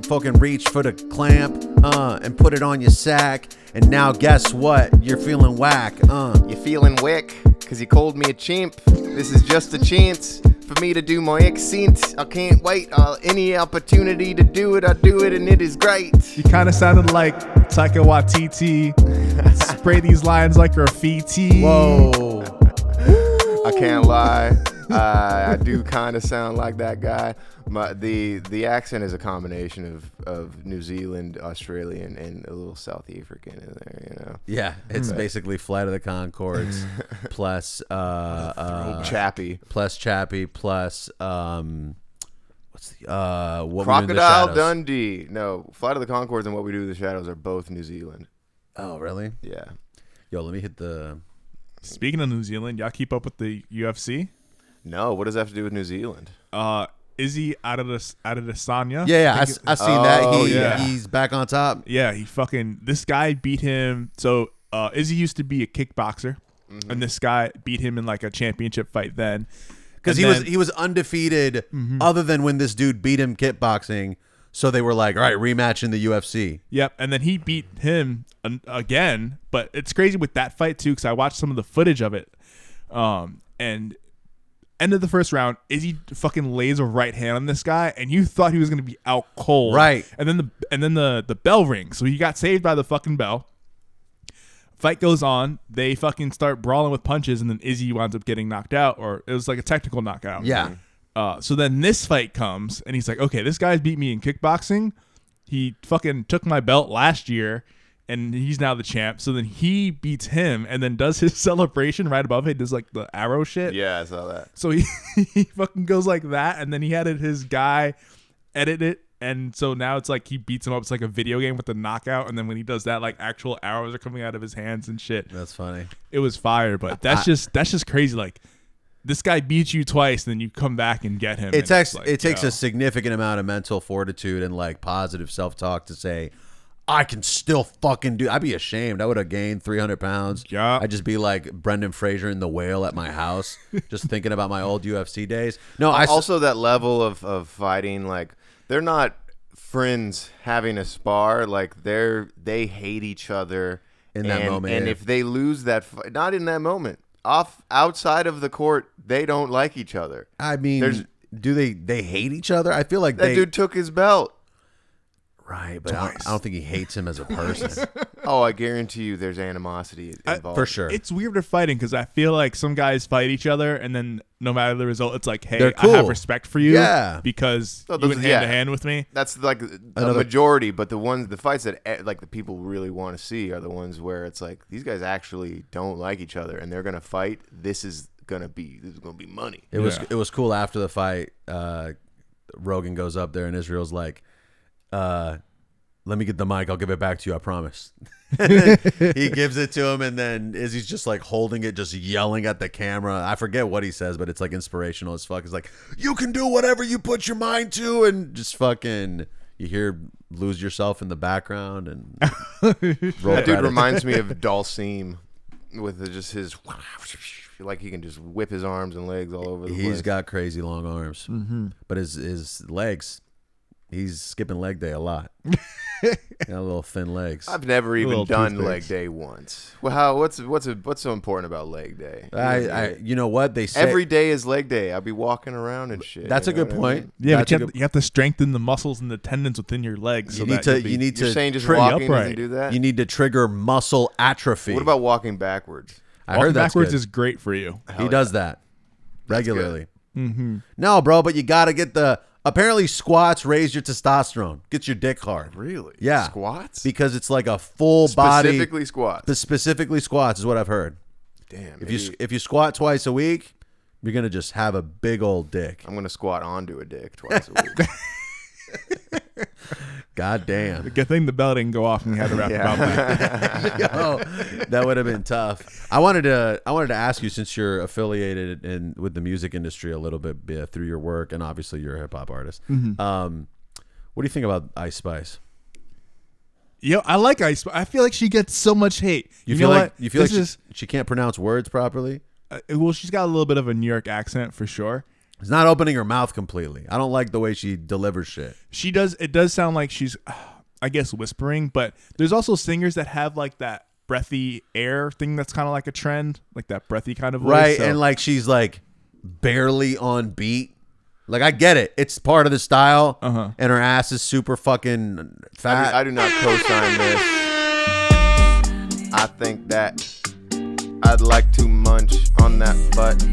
Speaker 2: fucking reach for the clamp uh and put it on your sack and now guess what you're feeling whack uh
Speaker 5: You feeling wick? Cause you called me a chimp. This is just a chance for me to do my accent. I can't wait. Uh, any opportunity to do it, I do it, and it is great.
Speaker 1: You kind of sounded like Taika Waititi. Spray these lines like graffiti.
Speaker 2: whoa
Speaker 5: I can't lie. Uh, I do kind of sound like that guy. My, the the accent is a combination of, of New Zealand, Australian, and a little South African in there. You know,
Speaker 2: yeah it's basically flight of the concords plus uh, uh
Speaker 5: Chappy,
Speaker 2: plus chappy plus um what's the uh what We Do in the
Speaker 5: Crocodile
Speaker 2: Shadows.
Speaker 5: Dundee. No, Flight of the Concords and What We Do in the Shadows are both New Zealand.
Speaker 2: oh really
Speaker 5: Yeah.
Speaker 2: yo let me hit the
Speaker 1: Speaking of New Zealand, y'all keep up with the UFC.
Speaker 5: No, what does that have to do with New Zealand?
Speaker 1: Uh, Izzy Adedesanya. Adesanya.
Speaker 2: Yeah, yeah, I, s- I seen that.
Speaker 5: Oh,
Speaker 2: He
Speaker 1: yeah.
Speaker 2: he's back on top.
Speaker 1: Yeah, he fucking this guy beat him. So uh, Izzy used to be a kickboxer,
Speaker 2: Mm-hmm.
Speaker 1: and this guy beat him in like a championship fight then.
Speaker 2: Because
Speaker 1: And
Speaker 2: he was
Speaker 1: then-
Speaker 2: Mm-hmm. he was undefeated other than when this dude beat him kickboxing. So they were like, all right, rematch in the UFC.
Speaker 1: Yep, and then he beat him an- again. But it's crazy with that fight too, because I watched some of the footage of it. Um, and end of the first round, Izzy fucking lays a right hand on this guy, and you thought he was gonna be out cold,
Speaker 2: Right.
Speaker 1: And then the and then the the bell rings, so he got saved by the fucking bell. Fight goes on. They fucking start brawling with punches, and then Izzy winds up getting knocked out, or it was like a technical knockout.
Speaker 2: Yeah.
Speaker 1: Uh, so then this fight comes, and he's like, okay, this guy's beat me in kickboxing. He fucking took my belt last year, and he's now the champ. So then he beats him, and then does his celebration right above it, does like the arrow shit.
Speaker 5: Yeah, I saw that.
Speaker 1: So he, he fucking goes like that, and then he had it, his guy edit it. And so now it's like he beats him up. It's like a video game with the knockout. And then when he does that, like actual arrows are coming out of his hands and shit
Speaker 2: That's funny.
Speaker 1: it was fire. But that's just that's just crazy. Like this guy beats you twice, then you come back and get him. and
Speaker 2: It takes
Speaker 1: like,
Speaker 2: it takes
Speaker 1: yo.
Speaker 2: a significant amount of mental fortitude and like positive self talk to say, I can still fucking do. I'd be ashamed. I would have gained three hundred pounds.
Speaker 1: Yeah.
Speaker 2: I'd just be like Brendan Fraser in the whale at my house, just thinking about my old UFC days. No, I s-
Speaker 5: also that level of, of fighting like they're not friends having a spar like they're they hate each other
Speaker 2: In that
Speaker 5: and-
Speaker 2: moment,
Speaker 5: and
Speaker 2: yeah.
Speaker 5: if they lose that fight not in that moment off outside of the court they don't like each other
Speaker 2: I mean,
Speaker 5: There's-
Speaker 2: do they they hate each other? I feel like
Speaker 5: that
Speaker 2: they
Speaker 5: dude took his belt
Speaker 2: right, but I don't, I don't think he hates him as a person
Speaker 5: oh i guarantee you there's animosity involved
Speaker 2: for sure.
Speaker 1: It's weird to fighting because I feel like some guys fight each other, and then no matter the result, it's like, hey,
Speaker 2: They're
Speaker 1: I have
Speaker 2: cool.
Speaker 1: respect for you,
Speaker 2: Yeah.
Speaker 1: because
Speaker 5: Oh,
Speaker 1: you
Speaker 5: those-
Speaker 1: went
Speaker 5: yeah.
Speaker 1: hand to hand with me.
Speaker 5: that's like a
Speaker 2: Another-
Speaker 5: majority but the ones the fights that eh, like the people really want to see are the ones where it's like these guys actually don't like each other and they're gonna fight this is gonna be this is gonna be money
Speaker 2: It was
Speaker 1: Yeah.
Speaker 2: it was cool after the fight. Uh, Rogan goes up there and Israel's like, uh, "Let me get the mic. I'll give it back to you. I promise." he gives it to him, and then Izzy's just like holding it, just yelling at the camera. I forget what he says, but it's like inspirational as fuck. It's like, "You can do whatever you put your mind to," and just fucking you hear lose yourself in the background and roll
Speaker 5: That dude
Speaker 2: credits.
Speaker 5: reminds me of Dalsim with the- just his like he can just whip his arms and legs all over the
Speaker 2: He's
Speaker 5: place.
Speaker 2: got crazy long arms, but his his legs, he's skipping leg day a lot. got little thin legs.
Speaker 5: I've never even
Speaker 1: little
Speaker 5: done
Speaker 1: toothpicks.
Speaker 5: leg day once. Well, how, what's what's what's so important about leg day?
Speaker 2: I, I you know what they Uh, say.
Speaker 5: Every day is leg day. I'll be walking around and shit.
Speaker 2: that's a
Speaker 5: you know
Speaker 2: good
Speaker 5: what I mean?
Speaker 2: point.
Speaker 1: Yeah,
Speaker 2: That's
Speaker 1: but you
Speaker 2: a
Speaker 1: have,
Speaker 2: good-
Speaker 1: to, you have to strengthen the muscles and the tendons within your legs.
Speaker 2: you
Speaker 1: so
Speaker 2: need
Speaker 1: that you'll
Speaker 2: to
Speaker 1: be-
Speaker 2: you need
Speaker 5: You're saying
Speaker 2: to
Speaker 5: just
Speaker 1: pretty
Speaker 5: walking
Speaker 1: upright.
Speaker 5: doesn't do that.
Speaker 2: you need to trigger muscle atrophy.
Speaker 5: what about walking backwards?
Speaker 2: I
Speaker 1: walking
Speaker 2: heard that's
Speaker 1: backwards
Speaker 2: good.
Speaker 1: is great for you.
Speaker 2: he does that regularly.
Speaker 1: Mm-hmm.
Speaker 2: No, bro, but you gotta get the apparently squats raise your testosterone, gets your dick hard.
Speaker 5: Really?
Speaker 2: Yeah,
Speaker 5: Squats.
Speaker 2: because it's like a full body.
Speaker 5: Specifically squats.
Speaker 2: The specifically squats is what I've heard.
Speaker 5: Damn.
Speaker 2: If you
Speaker 5: maybe
Speaker 2: if you squat twice a week, you're gonna just have a big old dick.
Speaker 5: I'm gonna squat onto a dick twice a week.
Speaker 2: God damn,
Speaker 1: Good thing the bell didn't go off and you had to wrap it up.
Speaker 2: Yo, that would have been tough. I wanted to I wanted to ask you since you're affiliated in with the music industry a little bit uh, through your work, and obviously you're a hip hop artist.
Speaker 1: Mm-hmm.
Speaker 2: Um, what do you think about Ice Spice?
Speaker 1: Yo, I like Ice. I feel like she gets so much hate. You,
Speaker 2: feel
Speaker 1: know
Speaker 2: like
Speaker 1: what?
Speaker 2: you feel
Speaker 1: this
Speaker 2: like she,
Speaker 1: is,
Speaker 2: she can't pronounce words properly.
Speaker 1: uh, well, she's got a little bit of a New York accent for sure.
Speaker 2: She's not opening her mouth completely. I don't like the way she delivers shit.
Speaker 1: she does it does sound like she's i guess whispering but there's also singers that have like that breathy air thing that's kind of like a trend like that breathy kind of voice
Speaker 2: right
Speaker 1: so-
Speaker 2: and like she's like barely on beat like i get it it's part of the style uh-huh. and her ass is super fucking
Speaker 5: I
Speaker 2: fat
Speaker 5: do, I do not co-sign this. I think that I'd like to munch on that butt,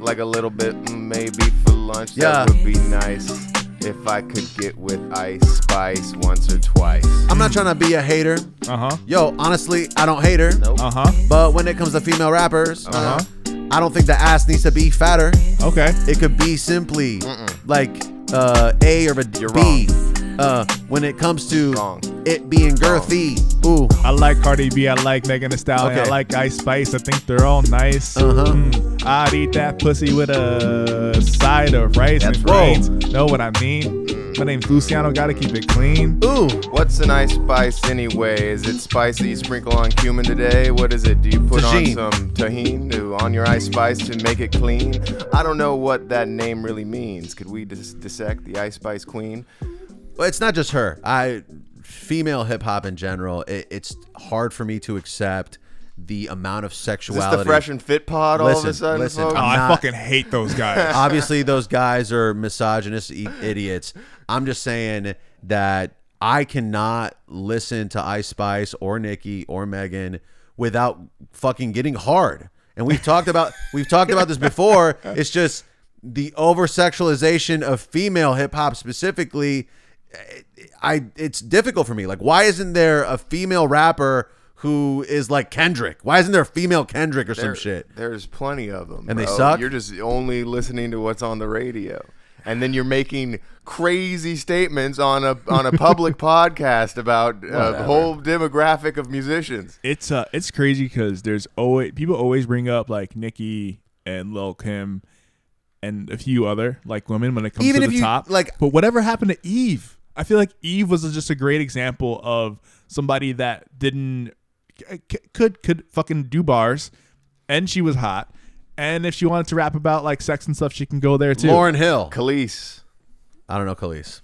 Speaker 5: like a little bit, mm, maybe for lunch.
Speaker 2: Yeah.
Speaker 5: That would be nice if I could get with Ice Spice once or twice.
Speaker 2: i'm not trying to be a hater
Speaker 1: uh-huh
Speaker 2: yo honestly i don't hate her
Speaker 5: Nope.
Speaker 1: uh-huh
Speaker 2: but when it comes to female rappers uh,
Speaker 5: Uh-huh.
Speaker 2: i don't think the ass needs to be fatter
Speaker 1: okay
Speaker 2: it could be simply like uh, a or a B.
Speaker 5: You're wrong.
Speaker 2: Uh, when it comes to
Speaker 5: Wrong.
Speaker 2: it being girthy ooh
Speaker 1: i like cardi b i like megan Thee stallion
Speaker 2: Okay.
Speaker 1: i like ice spice i think they're all nice
Speaker 2: Uh-huh.
Speaker 1: Mm, i'd eat that pussy with a side of rice
Speaker 2: That's
Speaker 1: and
Speaker 2: right.
Speaker 1: grains know what i mean my name's luciano gotta keep it clean
Speaker 2: ooh
Speaker 5: What's an ice spice anyway? Is it spice that you sprinkle on cumin today? What is it? Do you put
Speaker 2: Tajin.
Speaker 5: on some tahine to, on your ice spice to make it clean? I don't know what that name really means. Could we dis- dissect the ice spice queen?
Speaker 2: Well, it's not just her. I female hip hop in general. It, it's hard for me to accept the amount of
Speaker 5: Is this
Speaker 2: sexuality.
Speaker 5: the fresh and fit pod all of
Speaker 2: Listen,
Speaker 5: a sudden,
Speaker 2: listen,
Speaker 5: folks?
Speaker 1: Oh, I
Speaker 2: Not-
Speaker 1: fucking hate those guys.
Speaker 2: Obviously, those guys are misogynist i- idiots. I'm just saying that I cannot listen to Ice Spice or Nikki or Megan without fucking getting hard. And we've talked about we've talked about this before. It's just the over sexualization of female hip hop specifically. I it's difficult for me. Like, why isn't there a female rapper who is like Kendrick? Why isn't there a female Kendrick or some
Speaker 5: There-
Speaker 2: shit?
Speaker 5: There's plenty of them,
Speaker 2: And they
Speaker 5: bro.
Speaker 2: suck?
Speaker 5: You're just only listening to what's on the radio, and then you're making crazy statements on a on a public podcast about uh, the whole demographic of musicians.
Speaker 1: It's uh, it's crazy because there's always people always bring up like Nicki and Lil Kim and a few other like women when it comes
Speaker 2: Even
Speaker 1: to
Speaker 2: if
Speaker 1: the
Speaker 2: you-
Speaker 1: top.
Speaker 2: like-
Speaker 1: but whatever happened to Eve? I feel like Eve was just a great example of somebody that didn't c- c- could could fucking do bars, and she was hot. And if she wanted to rap about like sex and stuff, she can go there too.
Speaker 2: Lauren Hill.
Speaker 5: Khalees.
Speaker 2: I don't know Khalees.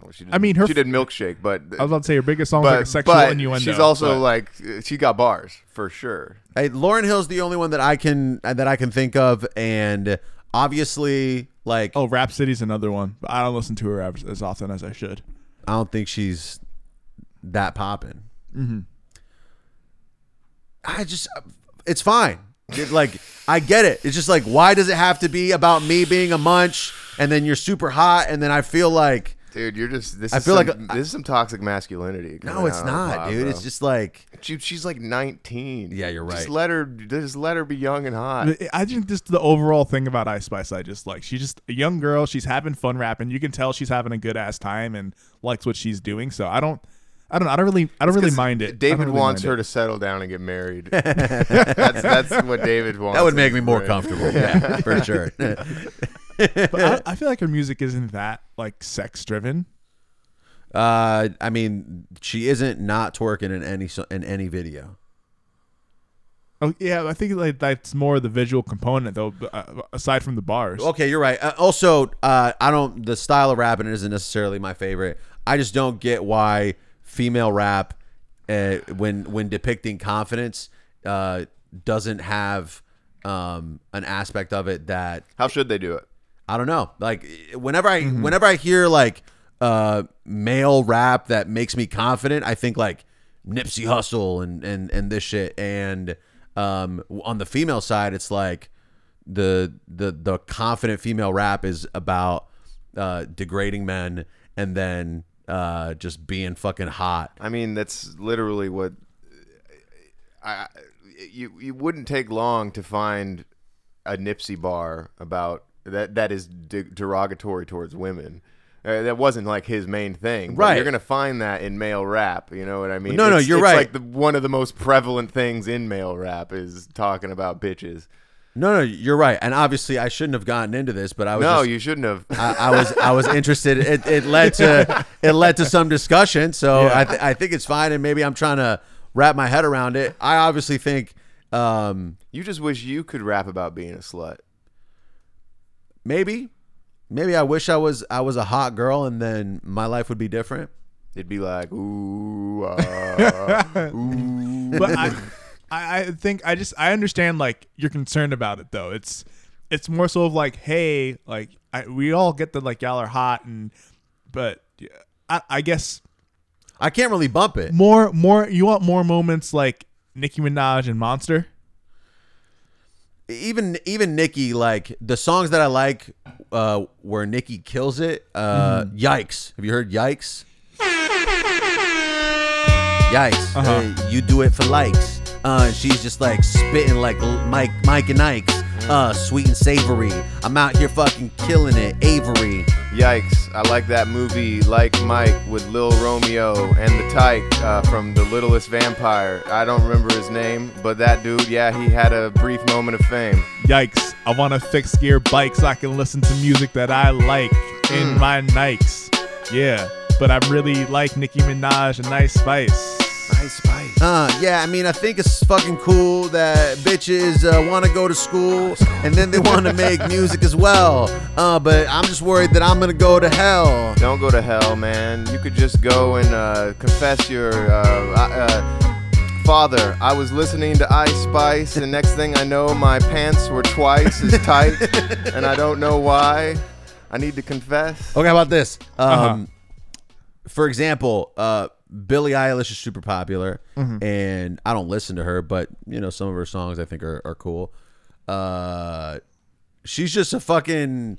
Speaker 5: Well, she
Speaker 1: I mean, her
Speaker 5: she
Speaker 1: f-
Speaker 5: did milkshake, but
Speaker 1: I was about to say her biggest song was like a
Speaker 5: but,
Speaker 1: sexual
Speaker 5: but
Speaker 1: innuendo.
Speaker 5: she's also
Speaker 1: but-
Speaker 5: like uh, she got bars for sure.
Speaker 2: Hey, Lauren Hill's the only one that I can that I can think of, and obviously, like
Speaker 1: oh, Rhapsody's another one, but I don't listen to her as, as often as I should.
Speaker 2: I don't think she's that popping. Mm-hmm. I just, it's fine. It, like I get it. It's just like, why does it have to be about me being a munch, and then you're super hot, and then I feel like
Speaker 5: Dude, you're just this.
Speaker 2: I
Speaker 5: is
Speaker 2: feel
Speaker 5: some-
Speaker 2: like a-
Speaker 5: this is some toxic masculinity.
Speaker 2: no,
Speaker 5: coming
Speaker 2: it's
Speaker 5: out of
Speaker 2: not,
Speaker 5: Bob,
Speaker 2: dude.
Speaker 5: bro.
Speaker 2: It's just like
Speaker 5: She, she's like 19.
Speaker 2: Yeah, you're
Speaker 5: Just
Speaker 2: right.
Speaker 5: let her just let her be young and hot.
Speaker 1: I- I think just the overall thing about Ice Spice, I just like she's just a young girl. She's having fun rapping. You can tell she's having a good ass time and likes what she's doing. So I don't, I don't, I don't really, I don't really mind it. I
Speaker 5: David
Speaker 1: don't really
Speaker 5: wants
Speaker 1: mind
Speaker 5: her
Speaker 1: it.
Speaker 5: to settle down and get married. that's, that's what David wants.
Speaker 2: that would make me more
Speaker 5: Right.
Speaker 2: comfortable. Yeah, for sure.
Speaker 1: But I, I feel like her music isn't that like sex driven.
Speaker 2: Uh, I mean, she isn't not twerking in any so- in any video.
Speaker 1: Oh yeah, I think like that's more the visual component though. b- Uh, aside from the bars,
Speaker 2: Okay, you're right. Uh, also, uh, I don't. The style of rapping isn't necessarily my favorite. I just don't get why female rap, uh, when when depicting confidence, uh, doesn't have um, an aspect of it that
Speaker 5: How should they do it?
Speaker 2: I don't know. Like eh, whenever I whenever I hear like uh male rap that makes me confident, I think like Nipsey Hussle and and and this shit. And um on the female side, it's like the the the confident female rap is about uh degrading men and then uh just being fucking hot.
Speaker 5: I mean, that's literally what I. You you wouldn't take long to find a Nipsey bar about that that is de- derogatory towards women. Uh, that wasn't like his main thing, but
Speaker 2: Right.
Speaker 5: You're gonna find that in male rap. You know what I mean?
Speaker 2: No, no,
Speaker 5: It's-
Speaker 2: you're
Speaker 5: it's
Speaker 2: right.
Speaker 5: Like the, one of the most prevalent things in male rap is talking about bitches.
Speaker 2: No, no, you're right. And obviously I shouldn't have gotten into this, but I was
Speaker 5: No,
Speaker 2: just-
Speaker 5: you shouldn't have.
Speaker 2: I, I was I was interested. It, it led to it led to some discussion. So I th- I think it's fine, and maybe I'm trying to wrap my head around it. I obviously think um,
Speaker 5: You just wish you could rap about being a slut.
Speaker 2: maybe maybe I wish I was I was a hot girl, and then my life would be different.
Speaker 5: It'd be like, ooh, ah, ooh.
Speaker 1: but I, I, I think I just I understand like you're concerned about it though. It's it's more so of like, hey, like I, we all get that like y'all are hot and, but yeah, I, I guess
Speaker 2: I can't really bump it.
Speaker 1: more more you want more moments like Nicki Minaj and Monster.
Speaker 2: Even even Nicki, like the songs that I like, uh, where Nicki kills it. Uh, Yikes! Have you heard Yikes? Yikes! Uh, you do it for likes. Uh, and she's just like spitting like L- Mike, Mike and Ike. Uh, sweet and savory. I'm out here fucking killing it, Avery.
Speaker 5: Yikes. I like that movie, Like Mike, with Lil Romeo and the Tyke uh, from The Littlest Vampire. I don't remember his name, but that dude, yeah, he had a brief moment of fame.
Speaker 1: Yikes! I want to fix gear bike so I can listen to music that I like in my Nikes. Yeah, but I really like Nicki Minaj and Nice Spice.
Speaker 5: Ice Spice.
Speaker 2: Uh, yeah, I mean, I think it's fucking cool that bitches uh, want to go to school and then they want to make music as well. Uh, but I'm just worried that I'm gonna go to hell.
Speaker 5: Don't go to hell, man. You could just go and uh, confess your uh, uh, father. I was listening to Ice Spice, and next thing I know, my pants were twice as tight, and I don't know why. I need to confess.
Speaker 2: Okay, how about this?
Speaker 5: Uh-huh.
Speaker 2: Um, For example, uh, Billie Eilish is super popular,
Speaker 5: Mm-hmm.
Speaker 2: and I don't listen to her, but you know some of her songs I think are, are cool. Uh, she's just a fucking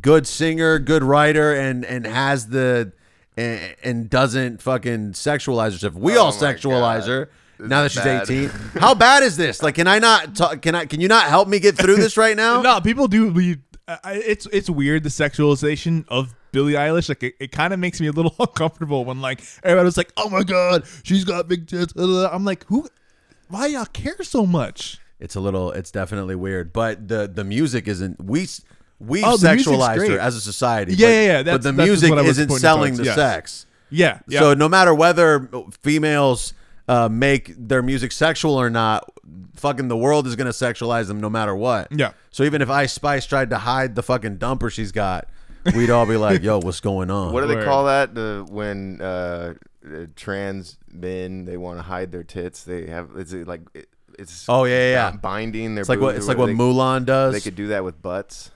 Speaker 2: good singer, good writer, and and has the and, and doesn't fucking sexualize herself. We all
Speaker 5: Oh my
Speaker 2: sexualize
Speaker 5: God.
Speaker 2: her.
Speaker 5: This
Speaker 2: now that
Speaker 5: is
Speaker 2: she's
Speaker 5: bad.
Speaker 2: 18 how bad is this like can i not talk can i can you not help me get through this right now
Speaker 1: No, people do. We, I- I- it's it's weird the sexualization of Billie Eilish. Like it, it kind of makes me a little uncomfortable when like everybody was like, "Oh my god, she's got big tits." blah, blah, blah." I'm like, who? Why y'all care so much?
Speaker 2: it's a little it's definitely weird but the the music isn't we s- we've
Speaker 1: Oh, the music's
Speaker 2: sexualized her
Speaker 1: great.
Speaker 2: as a society
Speaker 1: Yeah,
Speaker 2: but,
Speaker 1: yeah, yeah,
Speaker 2: but
Speaker 1: that's-
Speaker 2: the
Speaker 1: that's
Speaker 2: music
Speaker 1: what I was
Speaker 2: isn't
Speaker 1: pointing
Speaker 2: selling the
Speaker 1: towards, yes.
Speaker 2: sex
Speaker 1: Yeah. yeah.
Speaker 2: so no matter whether females uh, make their music sexual or not fucking the world is going to sexualize them no matter what
Speaker 1: Yeah.
Speaker 2: so even if ice spice tried to hide the fucking dumper she's got we'd all be like yo what's going on
Speaker 5: What do they
Speaker 1: Word.
Speaker 5: call that? The when uh, uh, trans men they want to hide their tits. They have it's uh, like it, it's
Speaker 2: Oh, yeah, yeah, yeah.
Speaker 5: not binding their.
Speaker 2: it's like what
Speaker 5: boobs
Speaker 2: it's
Speaker 5: or
Speaker 2: like what
Speaker 5: whatever.
Speaker 2: mulan
Speaker 5: they,
Speaker 2: does
Speaker 5: they could do that with butts.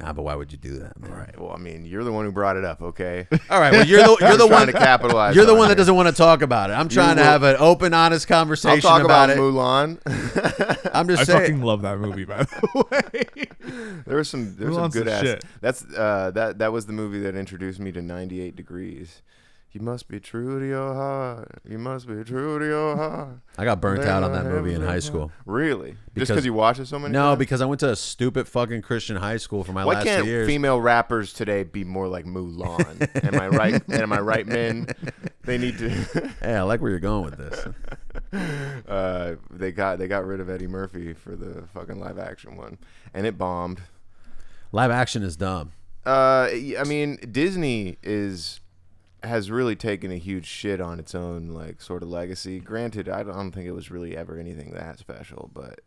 Speaker 2: ah, but why would you do that man?
Speaker 5: All right. Well, I mean, you're the one who brought it up. Okay.
Speaker 2: all right well you're the you're the
Speaker 5: Just trying
Speaker 2: one
Speaker 5: to capitalize.
Speaker 2: You're the
Speaker 5: on
Speaker 2: one that
Speaker 5: it.
Speaker 2: doesn't want to talk about it. I'm trying to
Speaker 5: will-
Speaker 2: have an open, honest
Speaker 5: I'll
Speaker 2: conversation
Speaker 5: talk about,
Speaker 2: it.
Speaker 5: Mulan.
Speaker 2: I'm just
Speaker 1: I
Speaker 2: saying.
Speaker 1: fucking love that movie, by the way.
Speaker 5: there was some. There was some
Speaker 1: Mulan's the
Speaker 5: good ass.
Speaker 1: shit.
Speaker 5: That's uh, that. That was the movie that introduced me to 98 Degrees. You must be true to your heart. You must be true to your heart.
Speaker 2: I got burnt out on that movie in high school.
Speaker 5: Really? Just
Speaker 2: Because-
Speaker 5: because you watch it so many
Speaker 2: No,
Speaker 5: times?
Speaker 2: because I went to a stupid fucking Christian high school for my
Speaker 5: Why
Speaker 2: last
Speaker 5: can't
Speaker 2: two years.
Speaker 5: female rappers today be more like Mulan? am I right? Am I right, men? They need to.
Speaker 2: Hey, I like where you're going with this.
Speaker 5: uh, they got they got rid of Eddie Murphy for the fucking live action one, and it bombed.
Speaker 2: Live action is dumb.
Speaker 5: Uh, I mean, Disney is has really taken a huge shit on its own like sort of legacy. Granted, I don't think it was really ever anything that special, but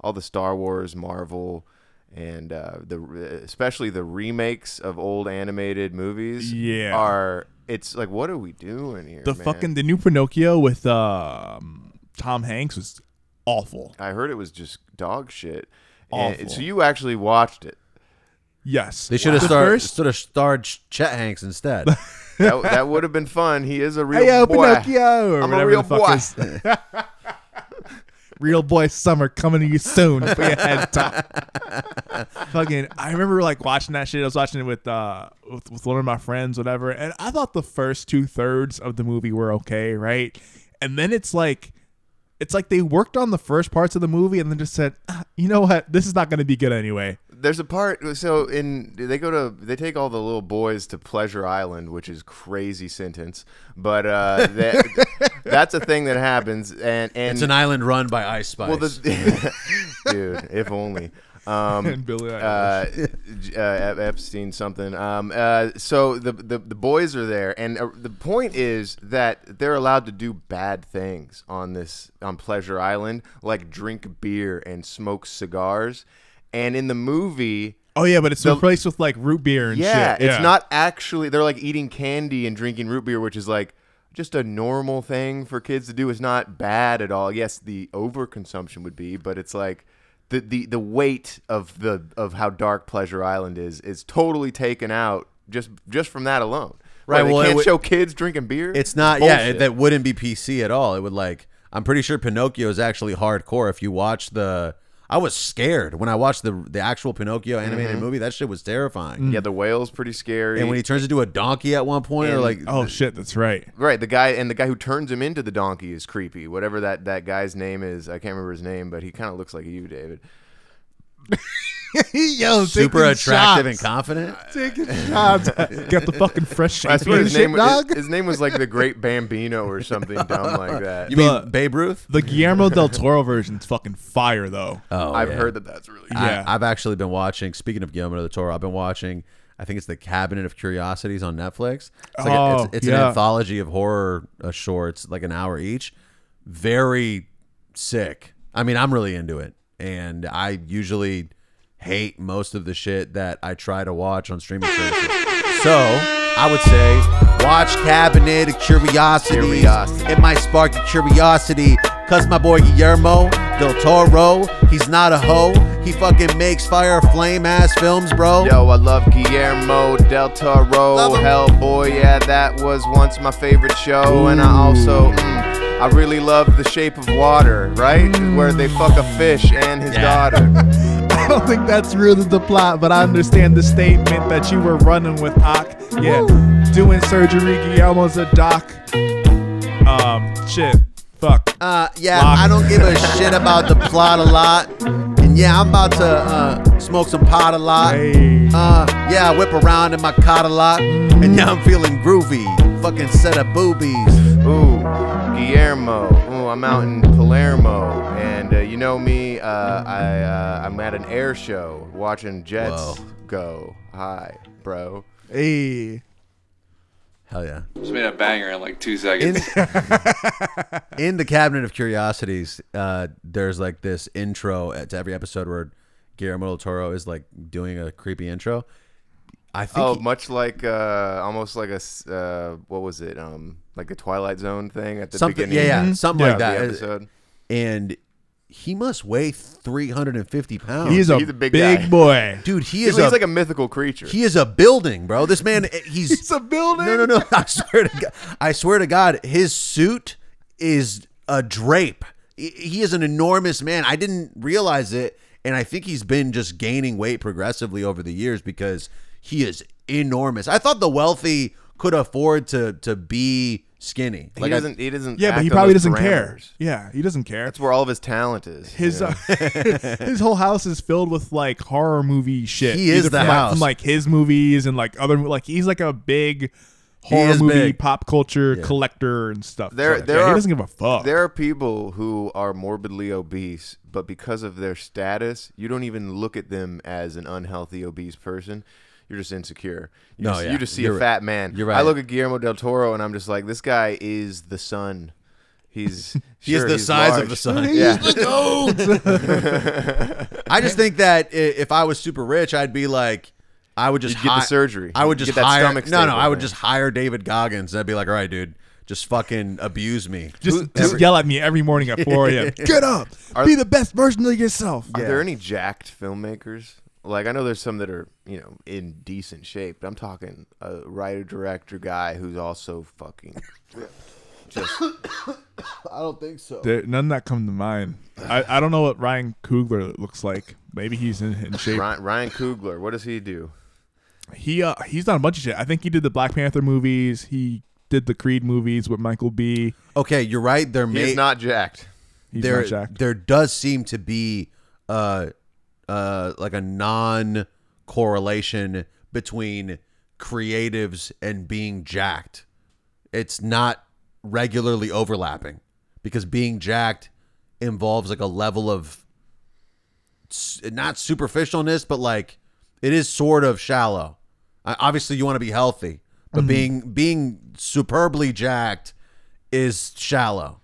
Speaker 5: all the Star Wars, Marvel, and uh, the especially the remakes of old animated movies,
Speaker 1: Yeah.
Speaker 5: are it's like what are we doing here?
Speaker 1: the
Speaker 5: man?
Speaker 1: fucking the new Pinocchio with um, Tom Hanks was awful.
Speaker 5: I heard it was just dog shit.
Speaker 1: Awful.
Speaker 5: And, so you actually watched it.
Speaker 1: Yes,
Speaker 2: They should have
Speaker 1: The
Speaker 2: started
Speaker 1: first-
Speaker 2: should have starred Ch- Chet Hanks instead.
Speaker 5: That, that would have been fun. He is a real
Speaker 1: Hey, yo,
Speaker 5: boy.
Speaker 1: Pinocchio, or
Speaker 5: I'm a
Speaker 1: whatever
Speaker 5: real
Speaker 1: the fuck
Speaker 5: boy.
Speaker 1: is- real boy summer coming to you soon. Put your head top. Fucking, I remember like watching that shit. I was watching it with uh with, with one of my friends, whatever, and I thought the first two thirds of the movie were okay, right? And then it's like. It's like they worked on the first parts of the movie and then just said, "Ah, "You know what? This is not going to be good anyway."
Speaker 5: There's a part so in they go to they take all the little boys to Pleasure Island, which is crazy sentence, but uh, that, that's a thing that happens. And and
Speaker 2: it's an island run by Ice Spice.
Speaker 5: well, the, dude, if only. Um,
Speaker 1: And Billie
Speaker 5: uh, J- uh, Ep- Epstein something. Um, uh, so the, the the boys are there, and uh, the point is that they're allowed to do bad things on this on Pleasure Island, like drink beer and smoke cigars. And in the movie,
Speaker 1: Oh yeah, but it's replaced with like root beer and
Speaker 5: yeah,
Speaker 1: shit.
Speaker 5: it's not actually. They're like eating candy and drinking root beer, which is like just a normal thing for kids to do. It's not bad at all. Yes, the overconsumption would be, but it's like the the the weight of the of how dark Pleasure Island is is totally taken out just just from that alone.
Speaker 2: Right,
Speaker 5: Where They
Speaker 2: well, it
Speaker 5: can't
Speaker 2: would-
Speaker 5: show kids drinking beer.
Speaker 2: It's not. Yeah,
Speaker 5: Bullshit.
Speaker 2: it- that wouldn't be PC at all. It would like. I'm pretty sure Pinocchio is actually hardcore. If you watch the, I was scared when I watched the the actual Pinocchio animated
Speaker 5: Mm-hmm.
Speaker 2: movie. That shit was terrifying.
Speaker 5: yeah, the whale's pretty scary.
Speaker 2: And when he turns into a donkey at one point, or
Speaker 5: And-
Speaker 2: like,
Speaker 1: Oh shit, that's right.
Speaker 5: Right, the guy and the guy who turns him into the donkey is creepy. Whatever that, that guy's name is, I can't remember his name, but he kind of looks like you, David.
Speaker 1: Yo,
Speaker 2: super attractive and confident.
Speaker 1: taking shots. Got the fucking fresh
Speaker 5: That's what his
Speaker 1: championship,
Speaker 5: name was.
Speaker 1: dog.
Speaker 5: His, name was like the Great Bambino or something dumb like that.
Speaker 2: You
Speaker 1: The-
Speaker 2: mean Babe Ruth?
Speaker 1: the Guillermo del Toro version's fucking fire though.
Speaker 2: Oh,
Speaker 5: I've
Speaker 2: yeah.
Speaker 5: heard that that's really.
Speaker 1: yeah.
Speaker 2: I, I've actually been watching. Speaking of Guillermo del Toro, I've been watching I think it's the Cabinet of Curiosities on Netflix. It's like a,
Speaker 1: Oh,
Speaker 2: it's, it's an
Speaker 1: yeah.
Speaker 2: anthology of horror uh, shorts, like an hour each. Very sick. I mean, I'm really into it, and I usually hate most of the shit that I try to watch on streaming services. So I would say watch Cabinet of Curiosities.
Speaker 5: Curiosity.
Speaker 2: It might spark your curiosity. Cause my boy Guillermo del Toro, he's not a hoe. He fucking makes fire flame ass films, bro.
Speaker 5: Yo, I love Guillermo del Toro.
Speaker 2: Love him.
Speaker 5: Hellboy, yeah, that was once my favorite show. And I also, mm, I really love The Shape of Water, right? Where they fuck a fish and his daughter.
Speaker 1: I don't think that's really the plot, but I understand the statement that you were running with Ock. Yeah, doing surgery. Guillermo's a doc. Um, shit. Fuck.
Speaker 2: Uh, yeah,
Speaker 1: Lock.
Speaker 2: I don't give a shit about the plot a lot. And yeah, I'm about to uh, smoke some pot a lot.
Speaker 1: Hey.
Speaker 2: Uh, yeah, I whip around in my cot a lot. And yeah, I'm feeling groovy. Fucking set of boobies.
Speaker 5: Ooh, Guillermo. Ooh, I'm out in Palermo. And uh, you know me, uh, I, uh, I'm at an air show watching jets
Speaker 2: Whoa.
Speaker 5: go. Hi, bro.
Speaker 1: Hey.
Speaker 2: Hell yeah.
Speaker 6: Just made a banger in like two seconds.
Speaker 2: in the cabinet of curiosities, uh, there's like this intro to every episode where Guillermo del Toro is like doing a creepy intro. I think
Speaker 5: Oh,
Speaker 2: he-
Speaker 5: much like uh, almost like a s- uh, what was it? Um, like a Twilight Zone thing at the
Speaker 2: something, yeah,
Speaker 5: beginning.
Speaker 2: yeah, something
Speaker 1: Yeah.
Speaker 2: like
Speaker 5: Of
Speaker 2: that.
Speaker 5: the episode.
Speaker 2: And he must weigh 350 pounds.
Speaker 1: He's a,
Speaker 5: He's a big
Speaker 1: big,
Speaker 5: guy.
Speaker 1: boy.
Speaker 2: dude. He
Speaker 5: He's,
Speaker 2: is a,
Speaker 5: like a mythical creature.
Speaker 2: he is a building, bro. This man, he's,
Speaker 1: It's a building.
Speaker 2: no, no, no. I swear to God, I swear to God, his suit is a drape. He- He is an enormous man. I didn't realize it, and I think he's been just gaining weight progressively over the years because he is enormous. I thought the wealthy could afford to to be skinny.
Speaker 5: He
Speaker 2: Like I-
Speaker 5: doesn't. he doesn't.
Speaker 1: Yeah, but
Speaker 5: act
Speaker 1: he
Speaker 5: on
Speaker 1: probably
Speaker 5: those
Speaker 1: doesn't care.
Speaker 5: parameters.
Speaker 1: Yeah, he doesn't care.
Speaker 5: That's where all of his talent is. you
Speaker 1: His
Speaker 5: know?
Speaker 1: uh, his whole house is filled with like horror movie shit.
Speaker 2: He is
Speaker 1: Either
Speaker 2: the
Speaker 1: from,
Speaker 2: house.
Speaker 1: like, from like his movies and like other like he's like a big horror
Speaker 2: is
Speaker 1: movie
Speaker 2: big.
Speaker 1: pop culture collector and stuff.
Speaker 5: There-
Speaker 1: So,
Speaker 5: there
Speaker 1: yeah,
Speaker 5: are-
Speaker 1: he doesn't give a fuck.
Speaker 5: there are people who are morbidly obese, but because of their status, you don't even look at them as an unhealthy obese person. You're just insecure. You
Speaker 2: No,
Speaker 5: just,
Speaker 2: yeah,
Speaker 5: you just see
Speaker 2: you're
Speaker 5: a
Speaker 2: right.
Speaker 5: fat man.
Speaker 2: You're right.
Speaker 5: I look at Guillermo del Toro and I'm just like, this guy is the sun. He's
Speaker 2: he is
Speaker 5: sure,
Speaker 2: the
Speaker 5: he's
Speaker 2: size
Speaker 5: large.
Speaker 2: of the sun.
Speaker 5: Yeah.
Speaker 2: I just think that i- if I was super rich, I'd be like, I would just
Speaker 5: You'd get the
Speaker 2: hi-
Speaker 5: surgery.
Speaker 2: I would
Speaker 5: You'd
Speaker 2: just
Speaker 5: get that
Speaker 2: hire.
Speaker 5: stomach
Speaker 2: no, no,
Speaker 5: staple
Speaker 2: I would
Speaker 5: thing.
Speaker 2: just hire David Goggins. I'd be like, all right, dude, just fucking abuse me.
Speaker 1: just, just yell at me every morning at 4 a.m. Get up, be the best version of yourself.
Speaker 5: Are there any jacked filmmakers? Like I know there's some that are you know in decent shape, but I'm talking a writer director guy who's also fucking.
Speaker 2: I don't think so.
Speaker 1: There- none that come to mind. I, I don't know what Ryan Coogler looks like. Maybe he's in, in shape.
Speaker 5: Ryan, Ryan Coogler, what does he do?
Speaker 1: He uh, he's done a bunch of shit. I think he did the Black Panther movies. He did the Creed movies with Michael B.
Speaker 2: Okay, you're right. There
Speaker 5: He's
Speaker 2: may
Speaker 5: not jacked.
Speaker 1: He's
Speaker 2: there
Speaker 1: not jacked.
Speaker 2: there does seem to be uh uh like a non correlation between creatives and being jacked. It's not regularly overlapping because being jacked involves like a level of s- not superficialness, but like it is sort of shallow. I, obviously, you want to be healthy, but
Speaker 1: Mm-hmm.
Speaker 2: being being superbly jacked is shallow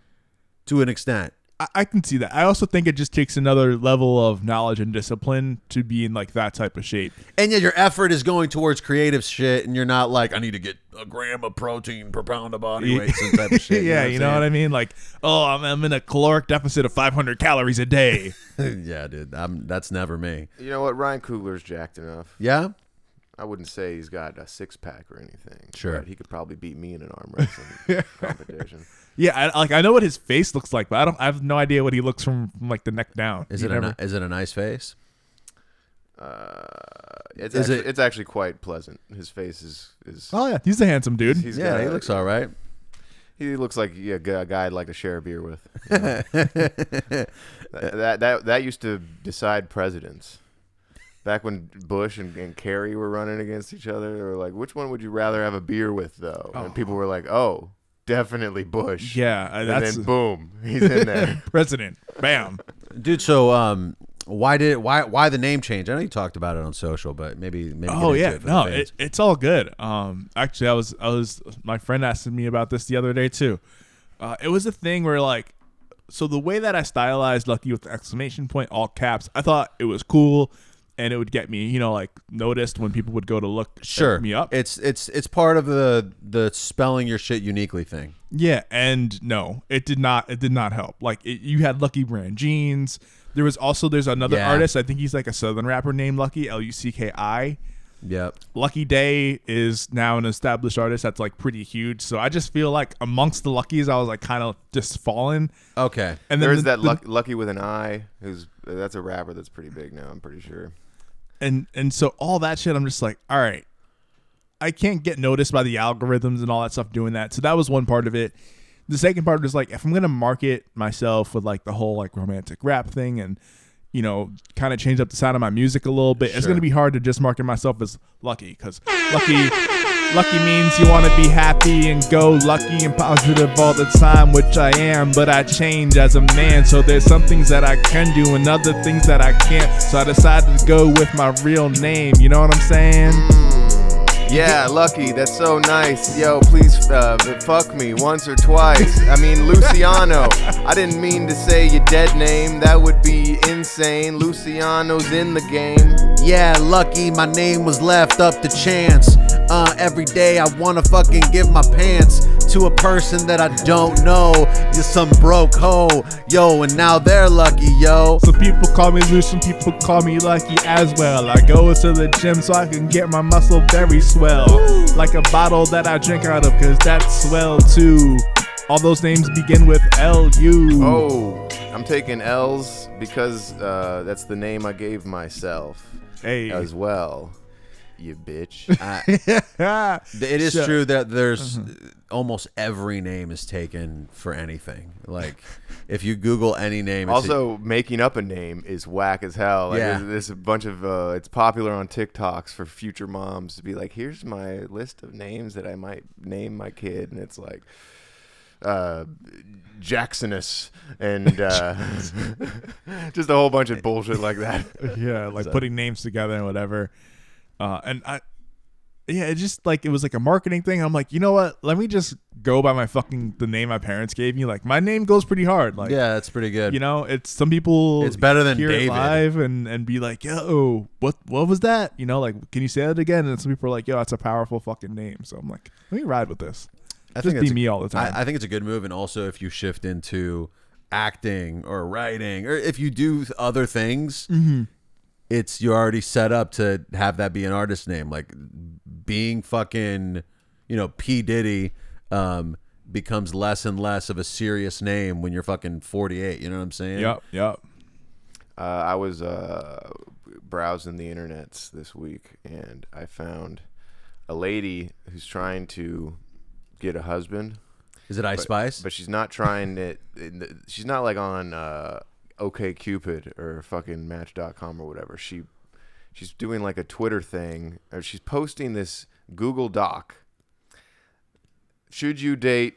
Speaker 2: to an extent.
Speaker 1: I, I can see that. I also think it just takes another level of knowledge and discipline to be in like that type of shape.
Speaker 2: And yet, your effort is going towards creative shit, and you're not like, I need to get a gram of protein per pound of body weight, some type of shit.
Speaker 1: yeah, you know what
Speaker 2: I'm
Speaker 1: I mean? Like, oh, I'm, I'm in a caloric deficit of 500 calories a day.
Speaker 2: saying? yeah, dude, I'm, that's never me.
Speaker 5: You know what? Ryan Coogler's jacked enough.
Speaker 2: Yeah,
Speaker 5: I wouldn't say he's got a six pack or anything.
Speaker 2: Sure.
Speaker 5: but he could probably beat me in an arm wrestling competition.
Speaker 1: yeah, I, like I know what his face looks like, but I don't. I have no idea what he looks from, from like the neck down.
Speaker 2: is
Speaker 1: You
Speaker 2: it
Speaker 1: never-
Speaker 2: a, ni- is it a nice face?
Speaker 5: It's
Speaker 2: Is
Speaker 5: actually,
Speaker 2: it-
Speaker 5: it's actually quite pleasant. His face is is.
Speaker 1: Oh yeah, he's a handsome dude.
Speaker 5: he's
Speaker 2: Yeah,
Speaker 5: got
Speaker 2: he
Speaker 5: a-
Speaker 2: looks all right.
Speaker 5: He looks like yeah, a gu- a guy I'd like to share a beer with. you know? that, that that used to decide presidents. Back when Bush and, and Kerry were running against each other, they were like, "Which one would you rather have a beer with, though?" And people were like, "Oh, definitely Bush."
Speaker 1: yeah, uh,
Speaker 5: and
Speaker 1: that's
Speaker 5: then boom, he's in there.
Speaker 1: president. Bam.
Speaker 2: Dude, so um, Why did why why the name change? I know you talked about it on social, but maybe maybe. get
Speaker 1: Oh
Speaker 2: into
Speaker 1: yeah,
Speaker 2: it for the
Speaker 1: no, it,
Speaker 2: fans.
Speaker 1: it's all good. Um, actually, I was, I was, my friend asked me about this the other day too. Uh, it was a thing where like, so the way that I stylized Lucky with the exclamation point, all caps, I thought it was cool, and it would get me, you know, like noticed when people would go to look
Speaker 2: sure
Speaker 1: me up.
Speaker 2: It's it's it's part of the the spelling your shit uniquely thing.
Speaker 1: yeah, and no, it did not, it did not help. Like it, you had Lucky Brand jeans. There was also there's another
Speaker 2: Yeah.
Speaker 1: artist. I think he's like a southern rapper named Lucky L U C K I.
Speaker 2: Yep.
Speaker 1: Lucky Day is now an established artist that's like pretty huge. So I just feel like amongst the luckies, I was like kind of just fallen.
Speaker 2: Okay.
Speaker 1: And then
Speaker 5: There is
Speaker 1: the-
Speaker 5: that
Speaker 1: the-
Speaker 5: luck, Lucky with an Eye, who's that's a rapper that's pretty big now. I'm pretty sure.
Speaker 1: and and so all that shit, I'm just like, all right, I can't get noticed by the algorithms and all that stuff doing that. So that was one part of it. The second part was like, if I'm gonna market myself with like the whole like romantic rap thing and you know kind of change up the sound of my music a little bit, it's gonna be hard to just market myself as lucky because lucky. Lucky means you want to be happy and go lucky and positive all the time, which I am, but I change as a man. So there's some things that I can do and other things that I can't. So I decided to go with my real name. You know what I'm saying?
Speaker 5: Yeah, Lucky, that's so nice. Yo, please uh, fuck me once or twice. I mean, Luciano. I didn't mean to say your dead name. That would be insane. Luciano's in the game.
Speaker 2: Yeah, lucky my name was left up to chance. Uh, every day I wanna fucking give my pants to a person that I don't know. You're some broke hoe, yo, and now they're lucky, yo.
Speaker 1: Some people call me loose, some people call me lucky as well. I go to the gym so I can get my muscle very swell. Like a bottle that I drink out of, cause that's swell too. All those names begin with L U.
Speaker 5: Oh, I'm taking L's because uh, that's the name I gave myself
Speaker 1: hey.
Speaker 5: as well. You bitch.
Speaker 2: Th- It is
Speaker 1: Sure.
Speaker 2: true that there's almost every name is taken for anything. Like, if you Google any name, it's a-
Speaker 5: Also, making up a name is whack as hell. Like,
Speaker 2: Yeah.
Speaker 5: there's, there's a bunch of uh, it's popular on TikToks for future moms to be like, "Here's my list of names that I might name my kid," and it's like, uh, Jacksonus and uh, just a whole bunch of bullshit like that.
Speaker 1: yeah, like putting names together and whatever. Uh, and I, yeah, it just like it was like a marketing thing. I'm like, you know what? Let me just go by my fucking the name my parents gave me. Like my name goes pretty hard. Like
Speaker 2: yeah, that's pretty good.
Speaker 1: you know, it's some people.
Speaker 2: It's better than
Speaker 1: hear it
Speaker 2: David.
Speaker 1: live and and be like, yo, what what was that? You know, like can you say that again? And some people are like, yo, that's a powerful fucking name. So I'm like, let me ride with this.
Speaker 2: I
Speaker 1: just be
Speaker 2: it's a-
Speaker 1: me all the time.
Speaker 2: I, I think it's a good move, and also if you shift into acting or writing, or if you do other things,
Speaker 1: Mm-hmm.
Speaker 2: it's you're already set up to have that be an artist name. Like being fucking, you know, P Diddy um, becomes less and less of a serious name when you're fucking 48. You know what I'm saying?
Speaker 1: yep, yep.
Speaker 5: Uh, I was uh, browsing the internets this week and I found a lady who's trying to get a husband.
Speaker 2: Is it Ice Spice?
Speaker 5: but she's not trying it. In the, she's not like on uh, OK Cupid or fucking Match.com or whatever. She she's doing like a Twitter thing, or she's posting this Google Doc. Should you date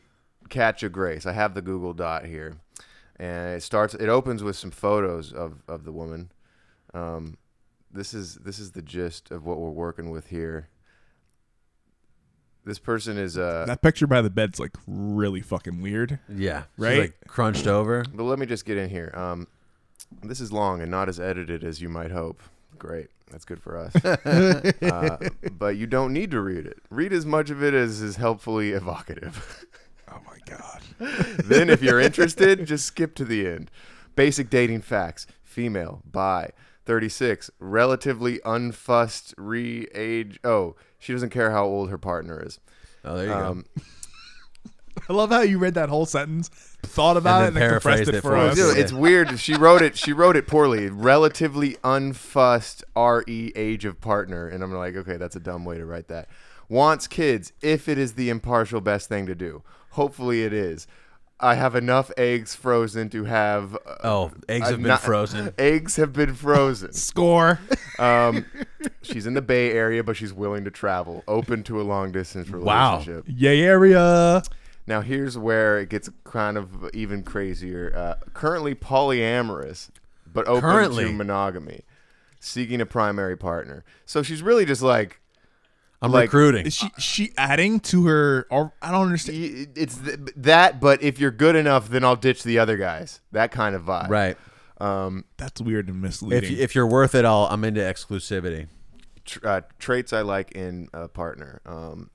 Speaker 5: Katja Grace? I have the Google Dot here, and it starts. It opens with some photos of of the woman. Um, this is this is the gist of what we're working with here. This person is uh,
Speaker 1: That picture by the bed's like really fucking weird.
Speaker 2: yeah. She's,
Speaker 1: Right?
Speaker 2: like crunched over.
Speaker 5: But let me just get in here. Um, this is long and not as edited as you might hope. Great, that's good for us. uh, but you don't need to read it. Read as much of it as is helpfully evocative.
Speaker 1: Oh my god.
Speaker 5: then, if you're interested, just skip to the end. Basic dating facts: female, bi, 36, relatively unfussed, re-age. Oh, she doesn't care how old her partner is.
Speaker 2: Oh, there you
Speaker 5: Um,
Speaker 1: I love how you read that whole sentence, thought about it,
Speaker 2: And
Speaker 1: and
Speaker 2: then
Speaker 1: then compressed
Speaker 2: paraphrased
Speaker 1: it
Speaker 2: it
Speaker 1: for
Speaker 2: for
Speaker 1: us.
Speaker 2: us.
Speaker 5: Dude, it's weird. She wrote it. She wrote it poorly. Relatively unfussed re age of partner, and I'm like, okay, that's a dumb way to write that. Wants kids if it is the impartial best thing to do. Hopefully, it is. I have enough eggs frozen to have. uh,
Speaker 2: Oh, eggs
Speaker 5: I'm
Speaker 2: have been
Speaker 5: not-
Speaker 2: frozen.
Speaker 5: Eggs have been frozen.
Speaker 1: Score.
Speaker 5: Um, she's in the Bay Area, but she's willing to travel, open to a long distance
Speaker 2: Wow.
Speaker 5: relationship.
Speaker 1: Yay area.
Speaker 5: Now here's where it gets kind of even crazier. Uh, currently polyamorous, but open
Speaker 2: Currently.
Speaker 5: to monogamy, seeking a primary partner. So she's really just like
Speaker 2: I'm
Speaker 5: Like,
Speaker 2: recruiting.
Speaker 1: Is she she adding to her? Or I don't understand.
Speaker 5: y- it's th- that, but if you're good enough, then I'll ditch the other guys. That kind of vibe.
Speaker 2: Right.
Speaker 1: That's weird and
Speaker 2: If
Speaker 1: misleading.
Speaker 2: if you're worth it all, I'm into exclusivity.
Speaker 5: tr- uh, traits I like in a partner. Um,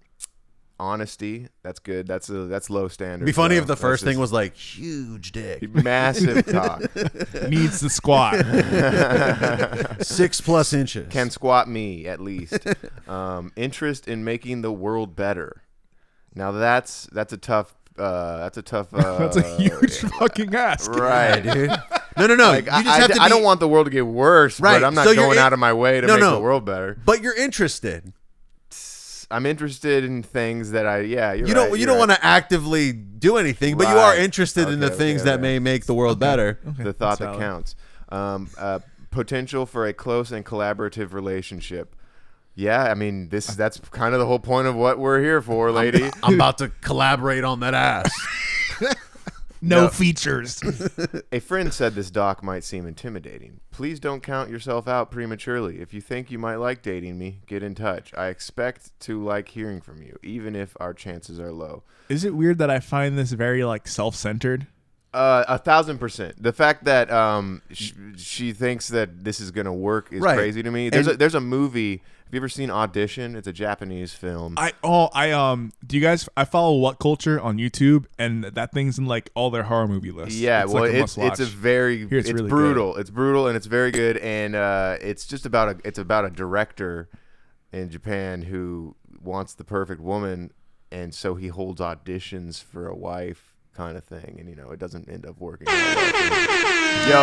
Speaker 5: honesty, that's good. That's a that's low standard.
Speaker 2: It'd be funny
Speaker 5: bro.
Speaker 2: if the
Speaker 5: That's
Speaker 2: first thing
Speaker 5: just
Speaker 2: was like huge dick,
Speaker 5: massive cock
Speaker 1: needs the squat.
Speaker 2: six plus inches.
Speaker 5: can squat me at least. Um, interest in making the world better. Now that's that's a tough. Uh, that's a tough. Uh,
Speaker 1: That's a huge fucking ask.
Speaker 5: Right.
Speaker 2: dude. No, no, no.
Speaker 5: Like,
Speaker 2: you
Speaker 5: I,
Speaker 2: just
Speaker 5: I
Speaker 2: have
Speaker 5: d-
Speaker 2: to.
Speaker 5: I don't
Speaker 2: be-
Speaker 5: want the world to get worse,
Speaker 2: Right,
Speaker 5: but I'm not
Speaker 2: so you're
Speaker 5: going
Speaker 2: in-
Speaker 5: out of my way to
Speaker 2: No,
Speaker 5: make
Speaker 2: no.
Speaker 5: the world better.
Speaker 2: But you're interested.
Speaker 5: I'm interested in things that I, yeah, you're
Speaker 2: You don't.
Speaker 5: right,
Speaker 2: you
Speaker 5: you're
Speaker 2: don't
Speaker 5: right.
Speaker 2: want to actively do anything, but you are
Speaker 5: Right.
Speaker 2: interested in the
Speaker 5: Okay,
Speaker 2: things
Speaker 5: okay,
Speaker 2: that
Speaker 5: okay.
Speaker 2: may make the world better.
Speaker 5: the thought that
Speaker 1: valid.
Speaker 5: counts. Um, uh, potential for a close and collaborative relationship. Yeah, I mean, this that's kind of the whole point of what we're here for, lady.
Speaker 2: Uh. I'm about to collaborate on that ass.
Speaker 1: No, features.
Speaker 5: a friend said this doc might seem intimidating. Please don't count yourself out prematurely. If you think you might like dating me, get in touch. I expect to like hearing from you, even if our chances are low.
Speaker 1: Is it weird that I find this very like self-centered?
Speaker 5: Uh, a thousand percent. The fact that um sh- she thinks that this is gonna work is
Speaker 2: Right.
Speaker 5: crazy to me. There's
Speaker 2: And-
Speaker 5: a, there's a movie. Have you ever seen Audition? It's a Japanese film.
Speaker 1: I oh I um do you guys I follow what culture on YouTube and that thing's in like all their horror movie lists.
Speaker 5: Yeah, well,
Speaker 1: like
Speaker 5: it's it's a
Speaker 1: must-watch.
Speaker 5: very
Speaker 1: Here it's
Speaker 5: it's,
Speaker 1: really good.
Speaker 5: brutal. It's brutal and it's very good, and uh, it's just about a it's about a director in Japan who wants the perfect woman, and so he holds auditions for a wife kind of thing, and you know it doesn't end up working. Yo,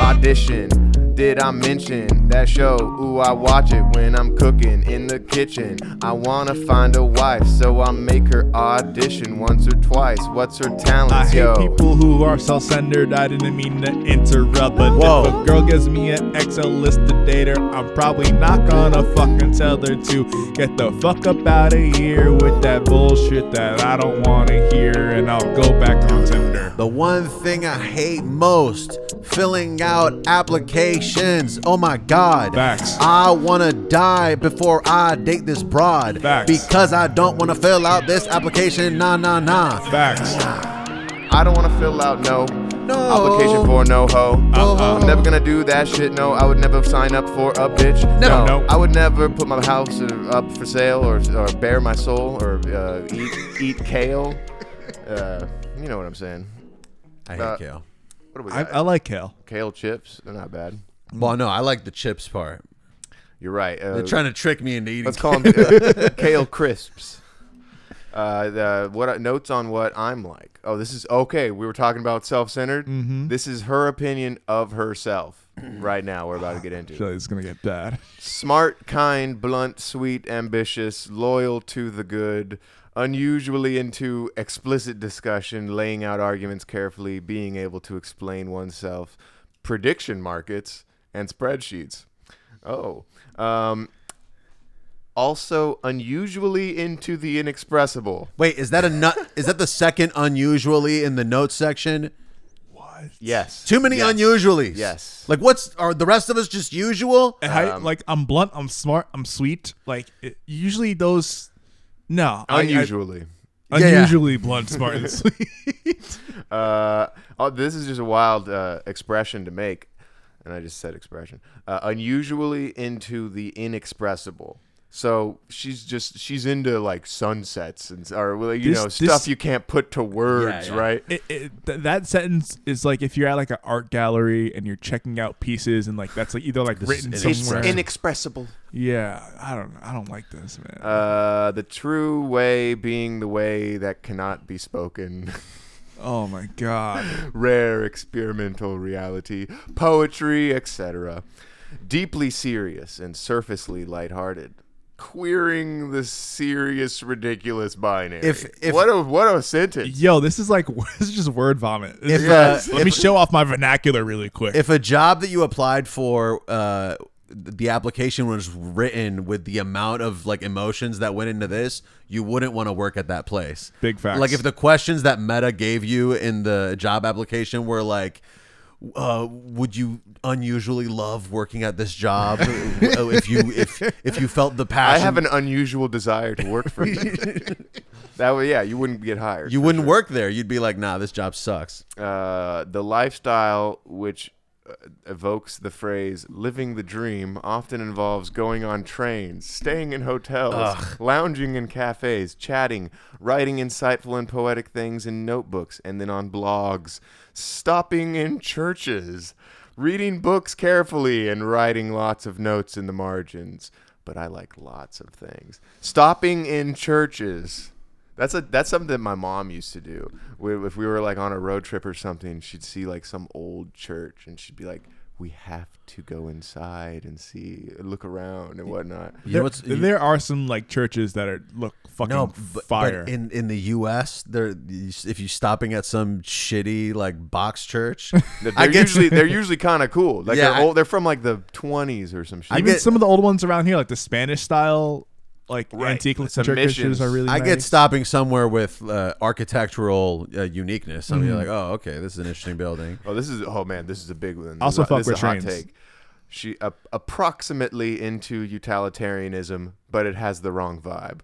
Speaker 5: audition. Did I mention that show? Ooh, I watch it when I'm cooking in the kitchen. I wanna find a wife, so I make her audition once or twice. What's her talent?
Speaker 1: I hate
Speaker 5: Yo.
Speaker 1: people who are self-centered. I didn't mean to interrupt, but if
Speaker 2: Whoa.
Speaker 1: a girl gives me an Excel list to date her, I'm probably not gonna fucking tell her to get the fuck up out of here with that bullshit that I don't wanna hear, and I'll go back on Tinder.
Speaker 2: The one thing I hate most filling out applications. Oh my God.
Speaker 1: Facts.
Speaker 2: I want to die before I date this broad.
Speaker 1: Facts.
Speaker 2: Because I don't want to fill out this application. Nah, nah, nah.
Speaker 1: Facts.
Speaker 5: I don't wanna fill out no,
Speaker 2: No.
Speaker 5: application for no hoe.
Speaker 2: Uh-uh.
Speaker 5: I'm never gonna do that shit. No, I would never sign up for a bitch.
Speaker 2: No.
Speaker 1: No.
Speaker 5: I would never put my house uh, up for sale or, or bare my soul or uh, eat eat kale. Uh, you know what I'm saying?
Speaker 2: I
Speaker 5: Uh,
Speaker 2: hate kale.
Speaker 5: What do we
Speaker 1: I,
Speaker 5: got?
Speaker 1: I like Kale.
Speaker 5: kale chips. They're not bad.
Speaker 2: Well, no, I like the chips part.
Speaker 5: You're right. Uh,
Speaker 2: They're trying to trick me into eating
Speaker 5: let's call them uh, kale crisps. Uh, the, what I- notes on what I'm like? Oh, this is okay. We were talking about self-centered. This is her opinion of herself. Right now, we're about to get into
Speaker 1: I feel like it's gonna get bad.
Speaker 5: smart, kind, blunt, sweet, ambitious, loyal to the good, unusually into explicit discussion, laying out arguments carefully, being able to explain oneself, prediction markets, and spreadsheets. Oh. Um, also, unusually into the inexpressible.
Speaker 2: Wait, is that a nut? is that the second unusually in the notes section?
Speaker 5: Yes.
Speaker 2: Too many unusualies.
Speaker 5: Yes.
Speaker 2: Like, what's are the rest of us just usual?
Speaker 1: And I, like I'm blunt, I'm smart, I'm sweet. Like it, usually those, no, I- I-
Speaker 5: Unusually.
Speaker 2: Yeah, yeah.
Speaker 1: unusually blunt, smart, and sweet.
Speaker 5: Uh, oh, this is just a wild uh, expression to make, and I just said expression. Uh, unusually into the inexpressible. So she's just she's into like sunsets and or well, you
Speaker 1: This-
Speaker 5: know
Speaker 1: this-
Speaker 5: stuff you can't put to words,
Speaker 2: yeah.
Speaker 5: right?
Speaker 1: It, it, th- that sentence is like if you're at like an art gallery and you're checking out pieces and like that's like either like written
Speaker 2: is
Speaker 1: somewhere.
Speaker 2: inexpressible.
Speaker 5: Inexpressible.
Speaker 1: yeah, I don't, I don't like this, man.
Speaker 5: Uh, the true way being the way that cannot be spoken.
Speaker 1: oh my god,
Speaker 5: rare experimental reality, poetry, etc. Deeply serious and surfacely lighthearted, queering the serious, ridiculous binary.
Speaker 2: If- if-
Speaker 5: what a what a sentence!
Speaker 1: yo, this is like this is just word vomit. This
Speaker 2: If,
Speaker 1: is-
Speaker 5: Yes.
Speaker 2: uh,
Speaker 1: let me show off my vernacular really quick.
Speaker 2: if a job that you applied for uh the application was written with the amount of like emotions that went into this you wouldn't want to work at that place
Speaker 1: Big facts.
Speaker 2: like if the questions that meta gave you in the job application were like uh, would you unusually love working at this job Uh, if you if if you felt the
Speaker 5: I
Speaker 2: passion?
Speaker 5: have an unusual desire to work for you. that way, yeah, you wouldn't get hired.
Speaker 2: you wouldn't work there. You'd be like, nah, this job sucks.
Speaker 5: uh, the lifestyle which uh, evokes the phrase living the dream often involves going on trains, staying in hotels, lounging in cafes, chatting, writing insightful and poetic things in notebooks and then on blogs, stopping in churches, reading books carefully and writing lots of notes in the margins. But I like lots of things. Stopping in churches. That's a that's something that my mom used to do. We, if we were like on a road trip or something, she'd see like some old church and she'd be like, "We have to go inside and see, look around and whatnot."
Speaker 2: You
Speaker 1: There,
Speaker 2: know what's-
Speaker 1: there are some like churches that are look fucking
Speaker 2: no, but,
Speaker 1: fire.
Speaker 2: but in in the U.S., there if you stopping at some shitty like box church,
Speaker 5: They're
Speaker 2: I guess-
Speaker 5: usually they're usually kind of cool.
Speaker 2: Yeah, I-
Speaker 5: Like they're old. They're from like the twenties or some shit.
Speaker 1: Even
Speaker 2: get-
Speaker 1: some of the old ones around here, like the Spanish style, like
Speaker 5: Right.
Speaker 1: antique
Speaker 5: It's a
Speaker 1: Lutheran churches
Speaker 5: missions.
Speaker 1: are really.
Speaker 2: I get
Speaker 1: nice.
Speaker 2: stopping somewhere with uh, architectural uh, uniqueness.
Speaker 1: Mm-hmm.
Speaker 2: I'm like, oh, okay, this is an interesting building.
Speaker 5: Oh, this is oh man, this is a big one.
Speaker 1: Also
Speaker 5: this
Speaker 1: fuck
Speaker 5: is
Speaker 1: with
Speaker 5: a hot
Speaker 1: trains.
Speaker 5: take. She a- approximately into utilitarianism, but it has the wrong vibe.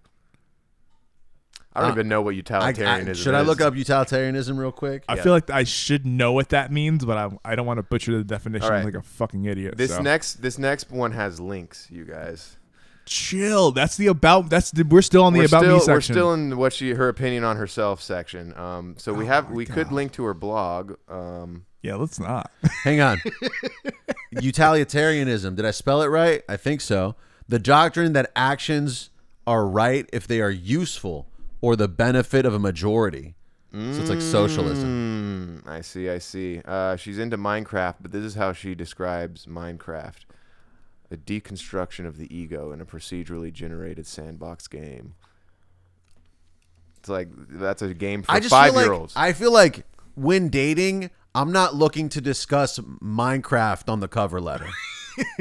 Speaker 5: I don't
Speaker 2: Uh,
Speaker 5: even know what
Speaker 2: I,
Speaker 5: utilitarianism
Speaker 2: I,
Speaker 5: is.
Speaker 2: should I look up utilitarianism real quick?
Speaker 1: I feel like I should know what that means, but I, I don't want to butcher the definition
Speaker 5: All right.
Speaker 1: like a fucking idiot.
Speaker 5: This
Speaker 1: so.
Speaker 5: next this next one has links, you guys.
Speaker 1: chill. That's the about. That's the, we're still on the
Speaker 5: we're
Speaker 1: about
Speaker 5: still,
Speaker 1: me section.
Speaker 5: We're still in what she her opinion on herself section. Um, so
Speaker 1: Oh
Speaker 5: we have we could link to her blog. Um,
Speaker 1: yeah, let's not.
Speaker 2: Hang on. Utilitarianism. Did I spell it right? I think so. The doctrine that actions are right if they are useful or the benefit of a majority. So it's like socialism.
Speaker 5: hmm, I see, I see. Uh, she's into Minecraft, but this is how she describes Minecraft: a deconstruction of the ego in a procedurally generated sandbox game. It's like that's a game for
Speaker 2: I just
Speaker 5: five
Speaker 2: feel
Speaker 5: year
Speaker 2: like
Speaker 5: olds.
Speaker 2: I feel like when dating, I'm not looking to discuss Minecraft on the cover letter.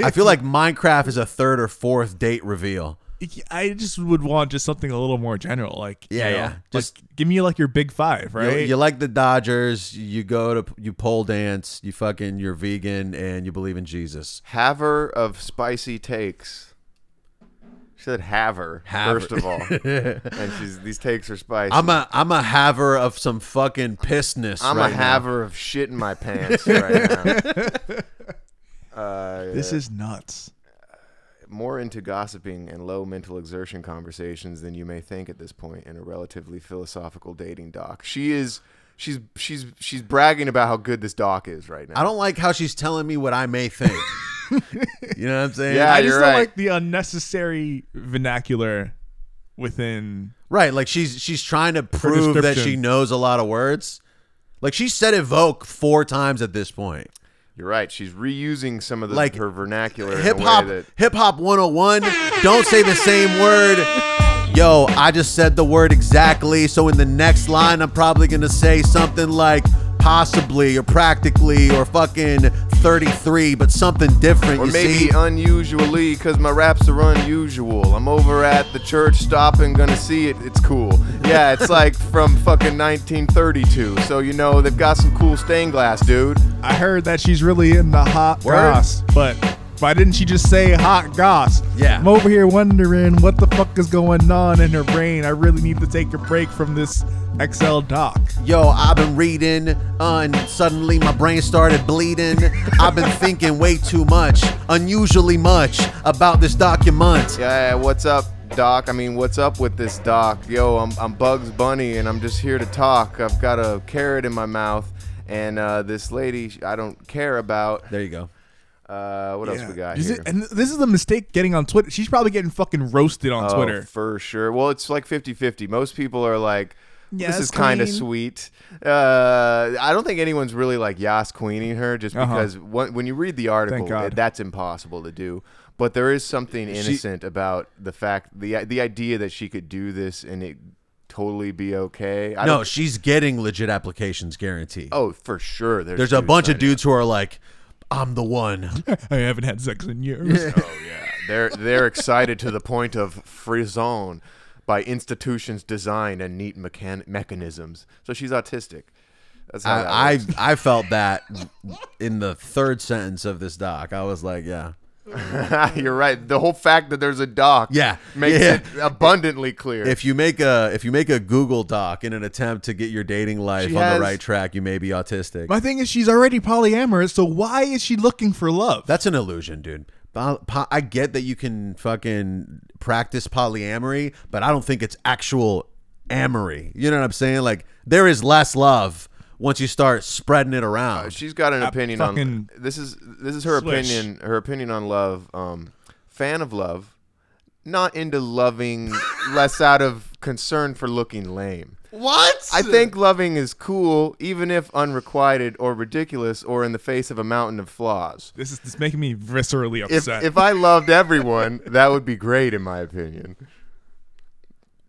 Speaker 2: I feel like Minecraft is a third or fourth date reveal.
Speaker 1: I just would want just something a little more general, like you
Speaker 2: Yeah,
Speaker 1: know,
Speaker 2: yeah.
Speaker 1: like,
Speaker 2: Just-
Speaker 1: give me like your big five,
Speaker 2: You-
Speaker 1: right?
Speaker 2: You, like the Dodgers, you go to you pole dance, you fucking you're vegan and you believe in Jesus.
Speaker 5: Haver of spicy takes. She said haver,
Speaker 2: Haver.
Speaker 5: first of all, and she's these takes are spicy.
Speaker 2: I'm a I'm a haver of some fucking pissness.
Speaker 5: I'm
Speaker 2: right
Speaker 5: a
Speaker 2: now.
Speaker 5: haver of shit in my pants right now.
Speaker 1: this is nuts.
Speaker 5: More into gossiping and low mental exertion conversations than you may think at this point in a relatively philosophical dating doc. She is she's she's she's bragging about how good this doc is right now.
Speaker 2: I don't like how she's telling me what I may think. you know what I'm saying?
Speaker 5: Yeah,
Speaker 1: I just
Speaker 5: you're
Speaker 1: don't
Speaker 5: right.
Speaker 1: like the unnecessary vernacular within.
Speaker 2: Right. Like she's she's trying to prove that she
Speaker 1: description.
Speaker 2: knows a lot of words. Like she said evoke four times at this point.
Speaker 5: You're right. She's reusing some of the,
Speaker 2: Like,
Speaker 5: her vernacular
Speaker 2: Hip
Speaker 5: in a
Speaker 2: hop
Speaker 5: way that
Speaker 2: hip hop 101, don't say the same word. Yo, I just said the word exactly, so in the next line I'm probably going to say something like possibly or practically or fucking 33, but something different,
Speaker 5: or
Speaker 2: you
Speaker 5: maybe
Speaker 2: see?
Speaker 5: unusually, 'cause my raps are unusual. I'm over at the church stopping, gonna see it. It's cool. Yeah, it's like from fucking 1932. So, you know, they've got some cool stained glass, dude.
Speaker 1: I heard that she's really in the hot
Speaker 5: Word.
Speaker 1: goss, but why didn't she just say hot goss?
Speaker 2: Yeah.
Speaker 1: I'm over here wondering what the fuck is going on in her brain. I really need to take a break from this Excel doc.
Speaker 2: Yo, I've been reading, uh, and suddenly my brain started bleeding. I've been thinking way too much, unusually much, about this document.
Speaker 5: Yeah, what's up, Doc? I mean, what's up with this, Doc? Yo, I'm, I'm Bugs Bunny, and I'm just here to talk. I've got a carrot in my mouth, and uh, this lady sh- I don't care about.
Speaker 2: There you go.
Speaker 5: Uh, what else we got
Speaker 1: Is
Speaker 5: here?
Speaker 1: it- and this is a mistake getting on Twitter. She's probably getting fucking roasted on
Speaker 5: Oh,
Speaker 1: Twitter.
Speaker 5: for sure. Well, it's like 50-50. Most people are like,
Speaker 1: Yas
Speaker 5: this is kind of
Speaker 1: queen.
Speaker 5: sweet. Uh, I don't think anyone's really like Yas queening her, just
Speaker 1: Uh-huh.
Speaker 5: because when, when you read the article,
Speaker 1: God.
Speaker 5: it- that's impossible to do. But there is something innocent about the fact the the idea that she could do this and it totally be okay. I
Speaker 2: No,
Speaker 5: don't-
Speaker 2: she's getting legit applications guaranteed.
Speaker 5: oh, for sure. There's,
Speaker 2: There's a
Speaker 5: dudes
Speaker 2: bunch of
Speaker 5: signing up.
Speaker 2: dudes who are like, I'm the one.
Speaker 1: I haven't had sex in years.
Speaker 5: They're they're excited to the point of frisson by institutions design and neat mechan- mechanisms. So she's autistic. That's how that
Speaker 2: I,
Speaker 5: works.
Speaker 2: I I felt that in the third sentence of this doc. I was like, yeah,
Speaker 5: You're right. The whole fact that there's a doc
Speaker 2: Yeah.
Speaker 5: makes
Speaker 2: Yeah.
Speaker 5: it abundantly clear.
Speaker 2: if you make a if you make a Google doc in an attempt to get your dating life
Speaker 5: She
Speaker 2: on
Speaker 5: has-
Speaker 2: the right track, you may be autistic.
Speaker 1: My thing is, she's already polyamorous, so why is she looking for love?
Speaker 2: That's an illusion, dude. Po- po- I get that you can fucking practice polyamory, but I don't think it's actual amory. You know what I'm saying? Like there is less love once you start spreading it around.
Speaker 5: she's got an opinion on
Speaker 1: fucking
Speaker 5: this is this is her
Speaker 1: swish.
Speaker 5: opinion her opinion on love um fan of love not into loving less out of concern for looking lame
Speaker 2: what?
Speaker 5: i think loving is cool even if unrequited or ridiculous or in the face of a mountain of flaws
Speaker 1: This is this making me viscerally
Speaker 5: if,
Speaker 1: upset.
Speaker 5: if i loved everyone that would be great in my opinion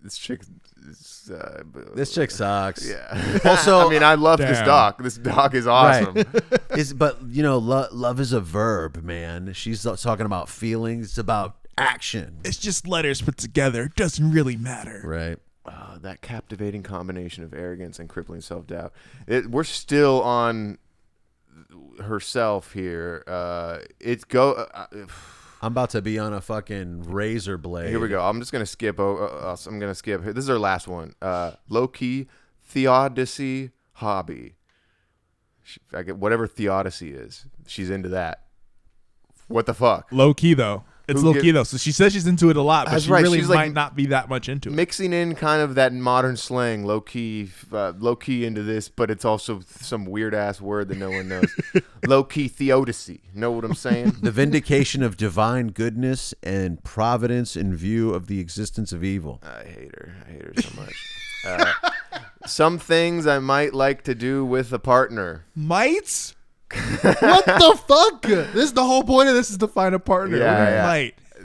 Speaker 5: this chick is, uh,
Speaker 2: this chick sucks.
Speaker 5: yeah
Speaker 2: Also,
Speaker 5: i mean i love this
Speaker 1: Damn.
Speaker 5: doc this doc is awesome
Speaker 2: Is but you know, lo- love is a verb, man. She's talking about feelings. It's about action,
Speaker 1: it's just letters put together. It doesn't really matter.
Speaker 2: right?
Speaker 5: Uh, that captivating combination of arrogance and crippling self-doubt. It, we're still on herself here. Uh, it's go. Uh, uh,
Speaker 2: I'm about to be on a fucking razor blade.
Speaker 5: here we go. I'm just gonna skip. Oh, uh, I'm gonna skip. This is our last one. Uh, low key theodicy hobby. She, I get whatever theodicy is. She's into that. What the fuck?
Speaker 1: Low key though. It's
Speaker 5: Who
Speaker 1: low
Speaker 5: give-
Speaker 1: key though. So she says she's into it a lot, but
Speaker 5: That's
Speaker 1: she
Speaker 5: right,
Speaker 1: really
Speaker 5: she's
Speaker 1: might
Speaker 5: like-
Speaker 1: not be that much into it.
Speaker 5: mixing in kind of that modern slang, low key, uh, low key into this, but it's also some weird ass word that no one knows. low key theodicy. Know what I'm saying?
Speaker 2: The vindication of divine goodness and providence in view of the existence of evil.
Speaker 1: Uh,
Speaker 5: I hate her. I hate her so much. Uh, some things I might like to do with a partner.
Speaker 1: Might? what the fuck? This is the whole point of this is to find a partner.
Speaker 5: Yeah,
Speaker 1: What do you
Speaker 5: yeah.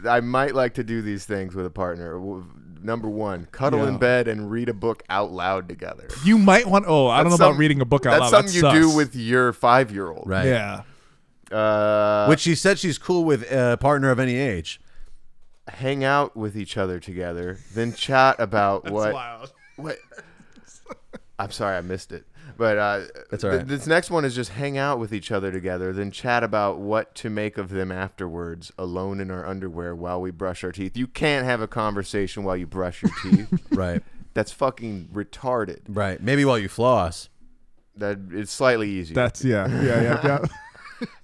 Speaker 1: Might.
Speaker 5: I might like to do these things with a partner. W- Number one, cuddle in
Speaker 1: Yeah.
Speaker 5: bed and read a book out loud together.
Speaker 1: You might want. Oh, I don't know
Speaker 5: That's
Speaker 1: about
Speaker 5: some-
Speaker 1: reading a book out
Speaker 5: that's
Speaker 1: loud.
Speaker 5: something you
Speaker 1: that
Speaker 5: do
Speaker 1: sucks.
Speaker 5: with your five year old.
Speaker 2: Right.
Speaker 1: Yeah.
Speaker 5: Uh,
Speaker 2: Which she said she's cool with a partner of any age.
Speaker 5: hang out with each other together, then chat about what
Speaker 1: wild.
Speaker 5: What? I'm sorry, I missed it. But uh,
Speaker 2: That's all
Speaker 5: th-
Speaker 2: right.
Speaker 5: this next one is just hang out with each other together, then chat about what to make of them afterwards, alone in our underwear while we brush our teeth. You can't have a conversation while you brush your teeth.
Speaker 2: Right.
Speaker 5: That's fucking retarded.
Speaker 2: Right. Maybe while you floss.
Speaker 5: That it's slightly easier.
Speaker 1: That's yeah. Yeah. Yeah. yeah.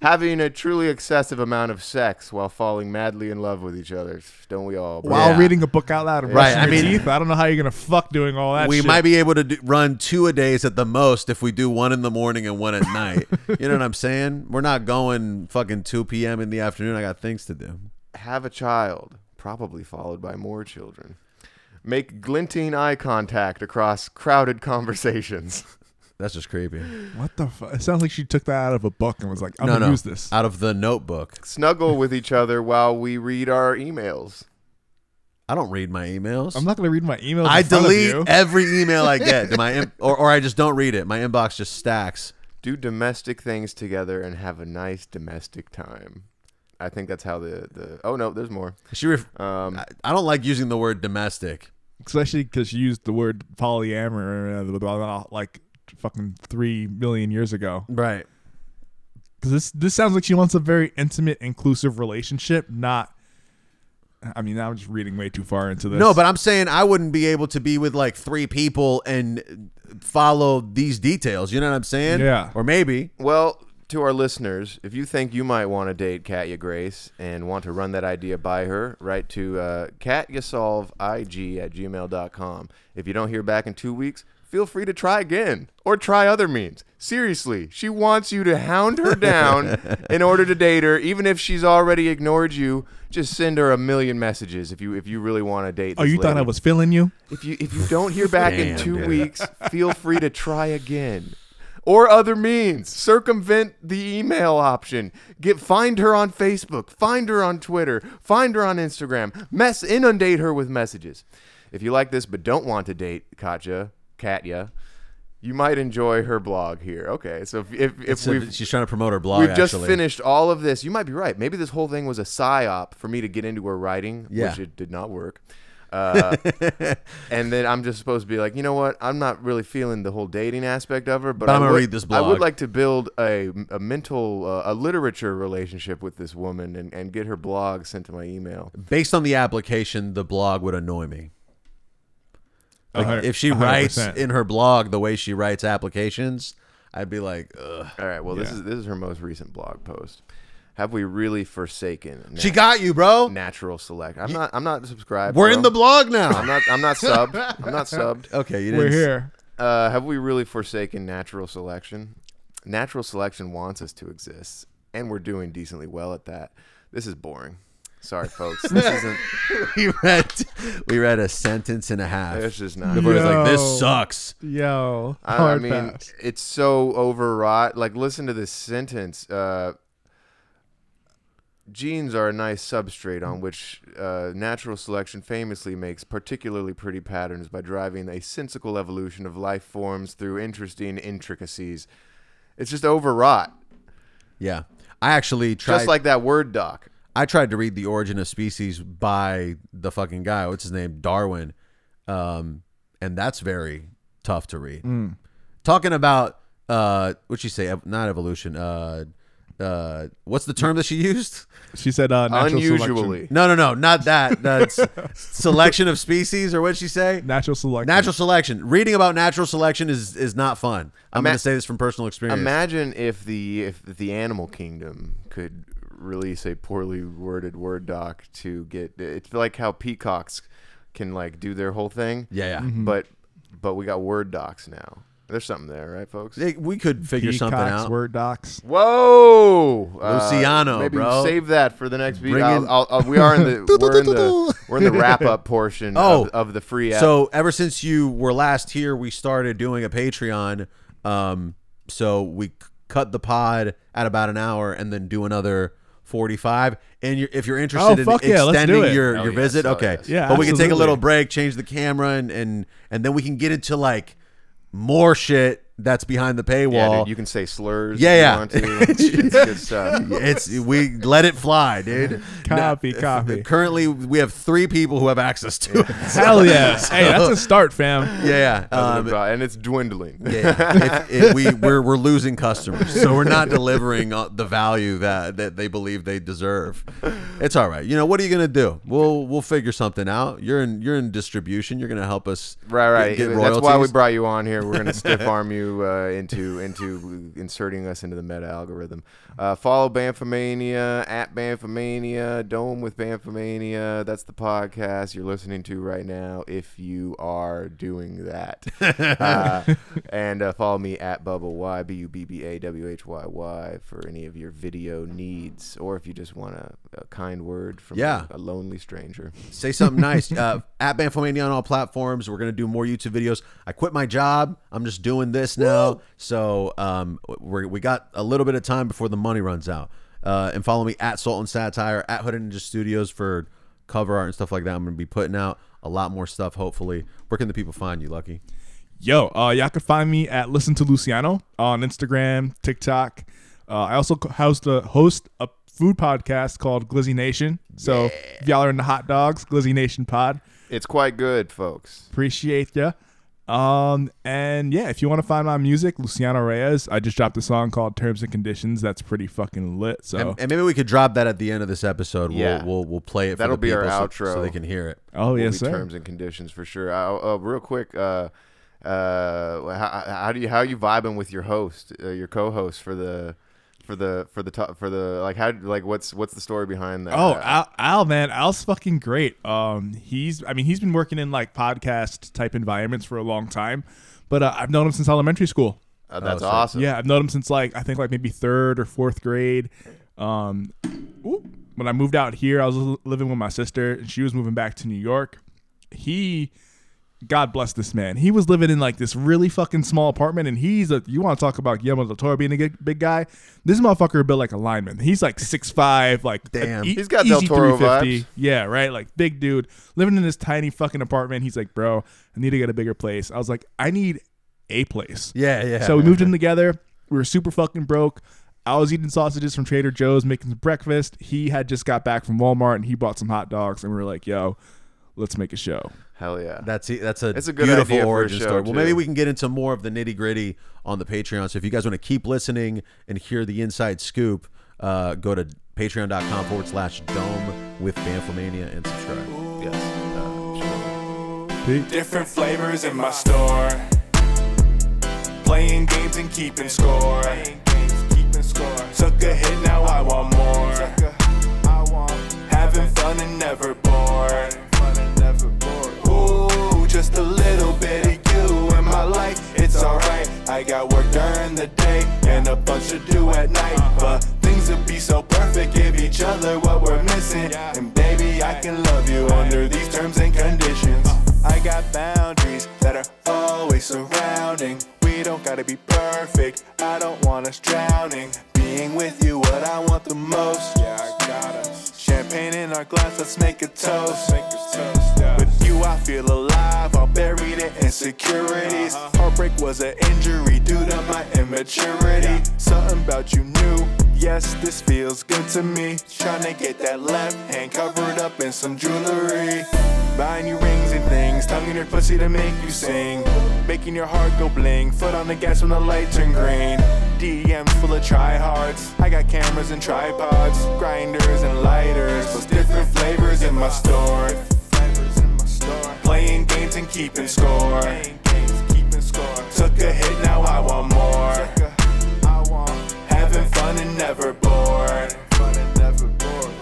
Speaker 5: Having a truly excessive amount of sex while falling madly in love with each other. Don't we all? bro?
Speaker 1: While
Speaker 2: Yeah.
Speaker 1: reading a book out loud and
Speaker 2: Right,
Speaker 1: brushing
Speaker 2: I
Speaker 1: your
Speaker 2: mean-
Speaker 1: teeth, I don't know how you're gonna fuck doing all that.
Speaker 2: we
Speaker 1: shit.
Speaker 2: might be able to do, run two a days at the most if we do one in the morning and one at night. you know what I'm saying? We're not going fucking 2 p.m. in the afternoon. I got things to do.
Speaker 5: have a child, probably followed by more children. Make glinting eye contact across crowded conversations.
Speaker 2: That's just creepy.
Speaker 1: What the fuck? It sounds like she took that out of a book and was like, "I'm
Speaker 2: no,
Speaker 1: gonna
Speaker 2: no.
Speaker 1: use this."
Speaker 2: Out of the notebook.
Speaker 5: Snuggle with each other while we read our emails.
Speaker 2: I don't read my emails.
Speaker 1: I'm not gonna read my emails.
Speaker 2: I
Speaker 1: in front of
Speaker 2: delete
Speaker 1: you.
Speaker 2: every email I get. to my in- or, or I just don't read it. My inbox just stacks.
Speaker 5: Do domestic things together and have a nice domestic time. I think that's how the, the oh no, there's more.
Speaker 2: She ref-
Speaker 5: Um,
Speaker 2: I, I don't like using the word domestic.
Speaker 1: especially because she used the word polyamory uh, blah, blah, blah, like fucking three million years ago.
Speaker 2: Right.
Speaker 1: Because this this sounds like she wants a very intimate, inclusive relationship, not. I mean, now I'm just reading way too far into this.
Speaker 2: No, but I'm saying I wouldn't be able to be with like three people and follow these details. You know what I'm saying?
Speaker 1: Yeah.
Speaker 2: Or maybe.
Speaker 5: well, to our listeners, if you think you might want to date Katya Grace and want to run that idea by her, write to uh, katyasolveig at gmail.com. If you don't hear back in two weeks, feel free to try again or try other means. Seriously, she wants you to hound her down in order to date her, even if she's already ignored you. Just send her a million messages if you if you really want to date.
Speaker 1: oh,
Speaker 5: this
Speaker 1: you thought I
Speaker 5: lady.
Speaker 1: was feeling you?
Speaker 5: If you if you don't hear back in
Speaker 2: Damn,
Speaker 5: two
Speaker 2: dude.
Speaker 5: weeks, feel free to try again. Or other means. Circumvent the email option. Get find her on Facebook. Find her on Twitter. Find her on Instagram. Mess inundate her with messages. If you like this but don't want to date Katya, Katya, you might enjoy her blog here. Okay, so if if, if
Speaker 2: So
Speaker 5: we've
Speaker 2: she's trying to promote her blog.
Speaker 5: We've just
Speaker 2: actually.
Speaker 5: finished all of this. You might be right. Maybe this whole thing was a psyop for me to get into her writing,
Speaker 2: Yeah.
Speaker 5: which it did not work. Uh, and then I'm just supposed to be like, you know what? I'm not really feeling the whole dating aspect of her, but,
Speaker 2: But I'm
Speaker 5: I
Speaker 2: gonna
Speaker 5: would-
Speaker 2: read this
Speaker 5: I would
Speaker 2: blog.
Speaker 5: like to build a, a mental, uh, a literature relationship with this woman and, and get her blog sent to my email.
Speaker 2: Based on the application, the blog would annoy me. Like, if she writes
Speaker 1: 100%.
Speaker 2: in her blog the way she writes applications, I'd be like, ugh.
Speaker 5: All right. Well, this
Speaker 1: Yeah.
Speaker 5: is this is her most recent blog post. Have we really forsaken nat-
Speaker 2: She got you, bro.
Speaker 5: natural select? I'm not. I'm not subscribed.
Speaker 2: We're
Speaker 5: bro.
Speaker 2: in the blog
Speaker 5: I'm
Speaker 2: now.
Speaker 5: not. I'm not subbed. I'm not subbed.
Speaker 2: okay, you didn't.
Speaker 1: we're
Speaker 2: s-
Speaker 1: here.
Speaker 5: Uh, have we really forsaken natural selection? Natural selection wants us to exist, and we're doing decently well at that. This is boring. Sorry, folks. This isn't.
Speaker 2: We read, we read a sentence and a half.
Speaker 5: It's just not.
Speaker 2: Everybody's like,
Speaker 1: Yo.
Speaker 2: this sucks.
Speaker 1: Yo,
Speaker 5: I, I
Speaker 1: hard
Speaker 5: mean,
Speaker 1: pass.
Speaker 5: it's so overwrought. Like, listen to this sentence. Uh, genes are a nice substrate on which uh, natural selection famously makes particularly pretty patterns by driving a sensical evolution of life forms through interesting intricacies. It's just overwrought.
Speaker 2: Yeah, I actually tried.
Speaker 5: Just like that word doc.
Speaker 2: I tried to read The Origin of Species by the fucking guy. What's his name? Darwin. Um, and that's very tough to read.
Speaker 5: Mm.
Speaker 2: Talking about uh, what she say? ev- Not evolution. Uh, uh, what's the term that she used?
Speaker 1: she said uh, natural
Speaker 5: Unusually.
Speaker 1: selection.
Speaker 2: No, no, no, not that. That's selection of species, or what would she say?
Speaker 1: Natural selection.
Speaker 2: Natural selection. Reading about natural selection is is not fun. I'm
Speaker 5: Ima-
Speaker 2: going to say this from personal experience.
Speaker 5: Imagine if the if the animal kingdom could release a poorly worded word doc to get it's like how peacocks can like do their whole thing.
Speaker 2: Yeah, Mm-hmm. yeah.
Speaker 5: But but we got word docs now. There's something there, right, folks?
Speaker 2: They- we could figure
Speaker 1: Peacocks,
Speaker 2: something out.
Speaker 1: Word docs.
Speaker 5: Whoa, Uh,
Speaker 2: Luciano,
Speaker 5: maybe
Speaker 2: bro.
Speaker 5: save that for the next
Speaker 2: Bring
Speaker 5: video. I'll,
Speaker 2: in-
Speaker 5: I'll, I'll- we are in the we're in the we're in the wrap up portion
Speaker 2: Oh.
Speaker 5: of, of the free app.
Speaker 2: So ever since you were last here, we started doing a Patreon. Um, so we c- cut the pod at about an hour and then do another forty-five. And you're, if you're interested
Speaker 1: Oh,
Speaker 2: in
Speaker 1: fuck yeah, let's do
Speaker 2: extending
Speaker 1: it.
Speaker 2: your,
Speaker 5: Hell
Speaker 2: your
Speaker 5: yes,
Speaker 2: visit,
Speaker 5: hell
Speaker 2: okay,
Speaker 5: yes.
Speaker 1: Yeah,
Speaker 2: but we can take a
Speaker 1: absolutely.
Speaker 2: little break, change the camera, and and and then we can get into like more shit that's behind the paywall.
Speaker 5: yeah, dude, you can say slurs.
Speaker 2: Yeah,
Speaker 5: if you
Speaker 2: yeah.
Speaker 5: Want to. it's good stuff.
Speaker 2: it's we let it fly, dude.
Speaker 1: Copy,
Speaker 2: Now,
Speaker 1: copy.
Speaker 2: Currently, we have three people who have access to it. Yeah,
Speaker 1: Hell yeah! hey, that's a start, fam.
Speaker 2: yeah.
Speaker 5: That's
Speaker 2: Um,
Speaker 5: what I'm about, and it's dwindling.
Speaker 2: Yeah, if, if we we're we're losing customers, so we're not delivering uh, the value that that they believe they deserve. It's all right. You know what are you gonna do? We'll we'll figure something out. You're in you're in distribution. You're gonna help us.
Speaker 5: Right, right.
Speaker 2: Get, get
Speaker 5: That's why we
Speaker 2: royalties.
Speaker 5: brought you on here. We're gonna stiff arm you uh, into into inserting us into the meta algorithm. Uh, follow Banfomania at Banfomania Dome with Banfomania. That's the podcast you're listening to right now. If you are doing that, uh, and uh, follow me at Bubba Y B U B B A W H Y Y for any of your video needs, or if you just want a, a kind word from
Speaker 2: Yeah.
Speaker 5: a lonely stranger.
Speaker 2: say something nice. Uh, at Banfomania on all platforms. We're gonna do more YouTube videos. I quit my job. I'm just doing this now. So um, we we got a little bit of time before the money runs out. Uh, and follow me at Salt and Satire at Hood and Ninja Studios for cover art and stuff like that. I'm gonna be putting out a lot more stuff. Hopefully, where can the people find you, Lucky?
Speaker 1: Yo, uh, y'all can find me at Listen to Luciano on Instagram, TikTok. Uh, I also co- host a host a food podcast called Glizzy Nation. So if y'all are into hot dogs, Glizzy Nation Pod.
Speaker 5: It's quite good, folks.
Speaker 1: Appreciate ya. Um, and yeah, if you want to find my music, Luciano Reyes. I just dropped a song called Terms and Conditions. That's pretty fucking lit. So
Speaker 2: And, and maybe we could drop that at the end of this episode. We'll
Speaker 5: Yeah.
Speaker 2: we'll, we'll play it. For
Speaker 5: That'll
Speaker 2: the
Speaker 5: be our
Speaker 2: people so,
Speaker 5: outro.
Speaker 2: so they can hear it.
Speaker 1: oh
Speaker 5: will
Speaker 1: yes
Speaker 5: be
Speaker 1: sir.
Speaker 5: terms and conditions for sure. Uh, uh, real quick, uh, uh, how, how do you how you vibing with your host, uh, your co-host for the for the for the top for the like how like what's what's the story behind that?
Speaker 1: Oh,
Speaker 5: Uh,
Speaker 1: Al, Al, man, Al's fucking great. Um, he's, I mean, he's been working in like podcast type environments for a long time, but uh, I've known him since elementary school.
Speaker 5: uh, that's
Speaker 2: so-
Speaker 5: awesome.
Speaker 1: Oh, Yeah, I've known him since like I think like maybe third or fourth grade. Um, ooh, when I moved out here, I was li- living with my sister, and she was moving back to New York. He, God bless this man, he was living in like this really fucking small apartment, and he's a you want to talk about Guillermo del Toro being a g- big guy? This motherfucker built like a lineman. He's like six five, like
Speaker 2: Damn.
Speaker 1: e-
Speaker 5: He's got Del
Speaker 1: easy
Speaker 5: Toro
Speaker 1: 350.
Speaker 5: vibes.
Speaker 1: Yeah, right. Like big dude living in this tiny fucking apartment. He's like, bro, I need to get a bigger place. I was like, I need a place.
Speaker 2: Yeah, yeah.
Speaker 1: So we moved in together. We were super fucking broke. I was eating sausages from Trader Joe's, making some breakfast. He had just got back from Walmart and he bought some hot dogs. And we were like, yo, Let's make a show.
Speaker 5: Hell yeah.
Speaker 2: That's a, that's a,
Speaker 5: It's a good
Speaker 2: beautiful
Speaker 5: idea for a
Speaker 2: origin
Speaker 5: show,
Speaker 2: story. Well, maybe
Speaker 5: too.
Speaker 2: we can get into more of the nitty gritty on the Patreon. So if you guys want to keep listening and hear the inside scoop, uh, go to patreon.com forward slash dome with Banflemania and subscribe.
Speaker 5: yes. Uh, sure.
Speaker 7: Different flavors in my store. Playing games and keeping score. Took a hit, now I want more. Having fun and never bored. Ooh, just a little bit of you in my life. It's alright. I got work during the day and a bunch to do at night. But things would be so perfect, give each other what we're missing. And baby, I can love you under these terms and conditions. I got boundaries that are always surrounding. We don't gotta be perfect. I don't want us drowning. Being with you, what I want the most. Yeah, I got us. Champagne in our glass, let's make a toast. Make a toast. With you, I feel alive. I'll bury the insecurities. Heartbreak was an injury due to my immaturity. Something about you new. Yes, this feels good to me. Tryna get that left hand covered up in some jewelry. Buying you rings and things, tongue in your pussy to make you sing. Making your heart go bling, foot on the gas when the light turn green. DMs full of tryhards. I got cameras and tripods, grinders and lighters. Plus different flavors in my store. Playing games and keeping score. Took a hit, now I want more. Having fun and never bored.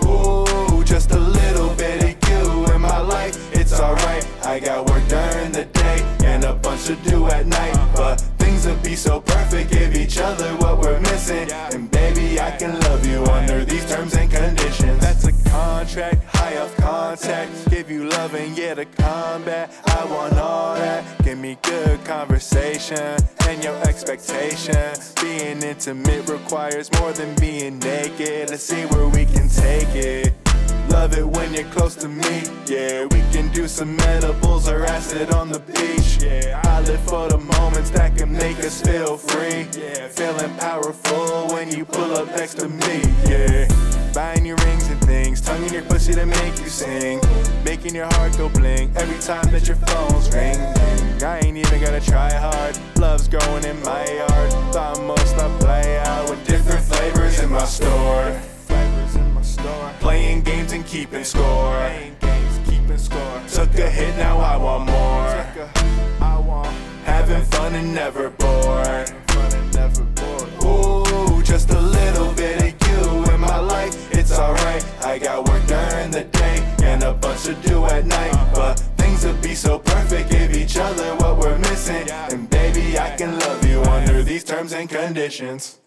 Speaker 7: Ooh, just a little bit of you in my life. It's alright. I got work during the day and a bunch to do at night. But things would be so perfect, give each other what we're missing. And baby, I can love you under these terms and conditions. That's a contract, high off contact. Give you love and yeah, the combat. I want all that. Give me good conversation and your expectation. Being intimate requires more than being naked. Let's see where we can take it. Love it when you're close to me. Yeah, we can do some edibles or acid on the beach. Yeah, I live for the moments that can make us feel free. Yeah, feeling powerful when you pull up next to me. Yeah, buying you rings and things, tongue in your pussy to make you sing, making your heart go bling every time that your phones ring. I ain't even gotta try hard. Love's growing in my yard. Vamos la playa with different flavors in my store flavors in my store. Playing games and keeping score. Playing games, keeping score. Took a hit, now I want more. I want having fun and never bored. Fun and never bored. Ooh, just a little bit of you in my life. It's alright. I got work during the day and a bunch to do at night, but. Things would be so perfect, give each other what we're missing. And baby, I can love you under these terms and conditions.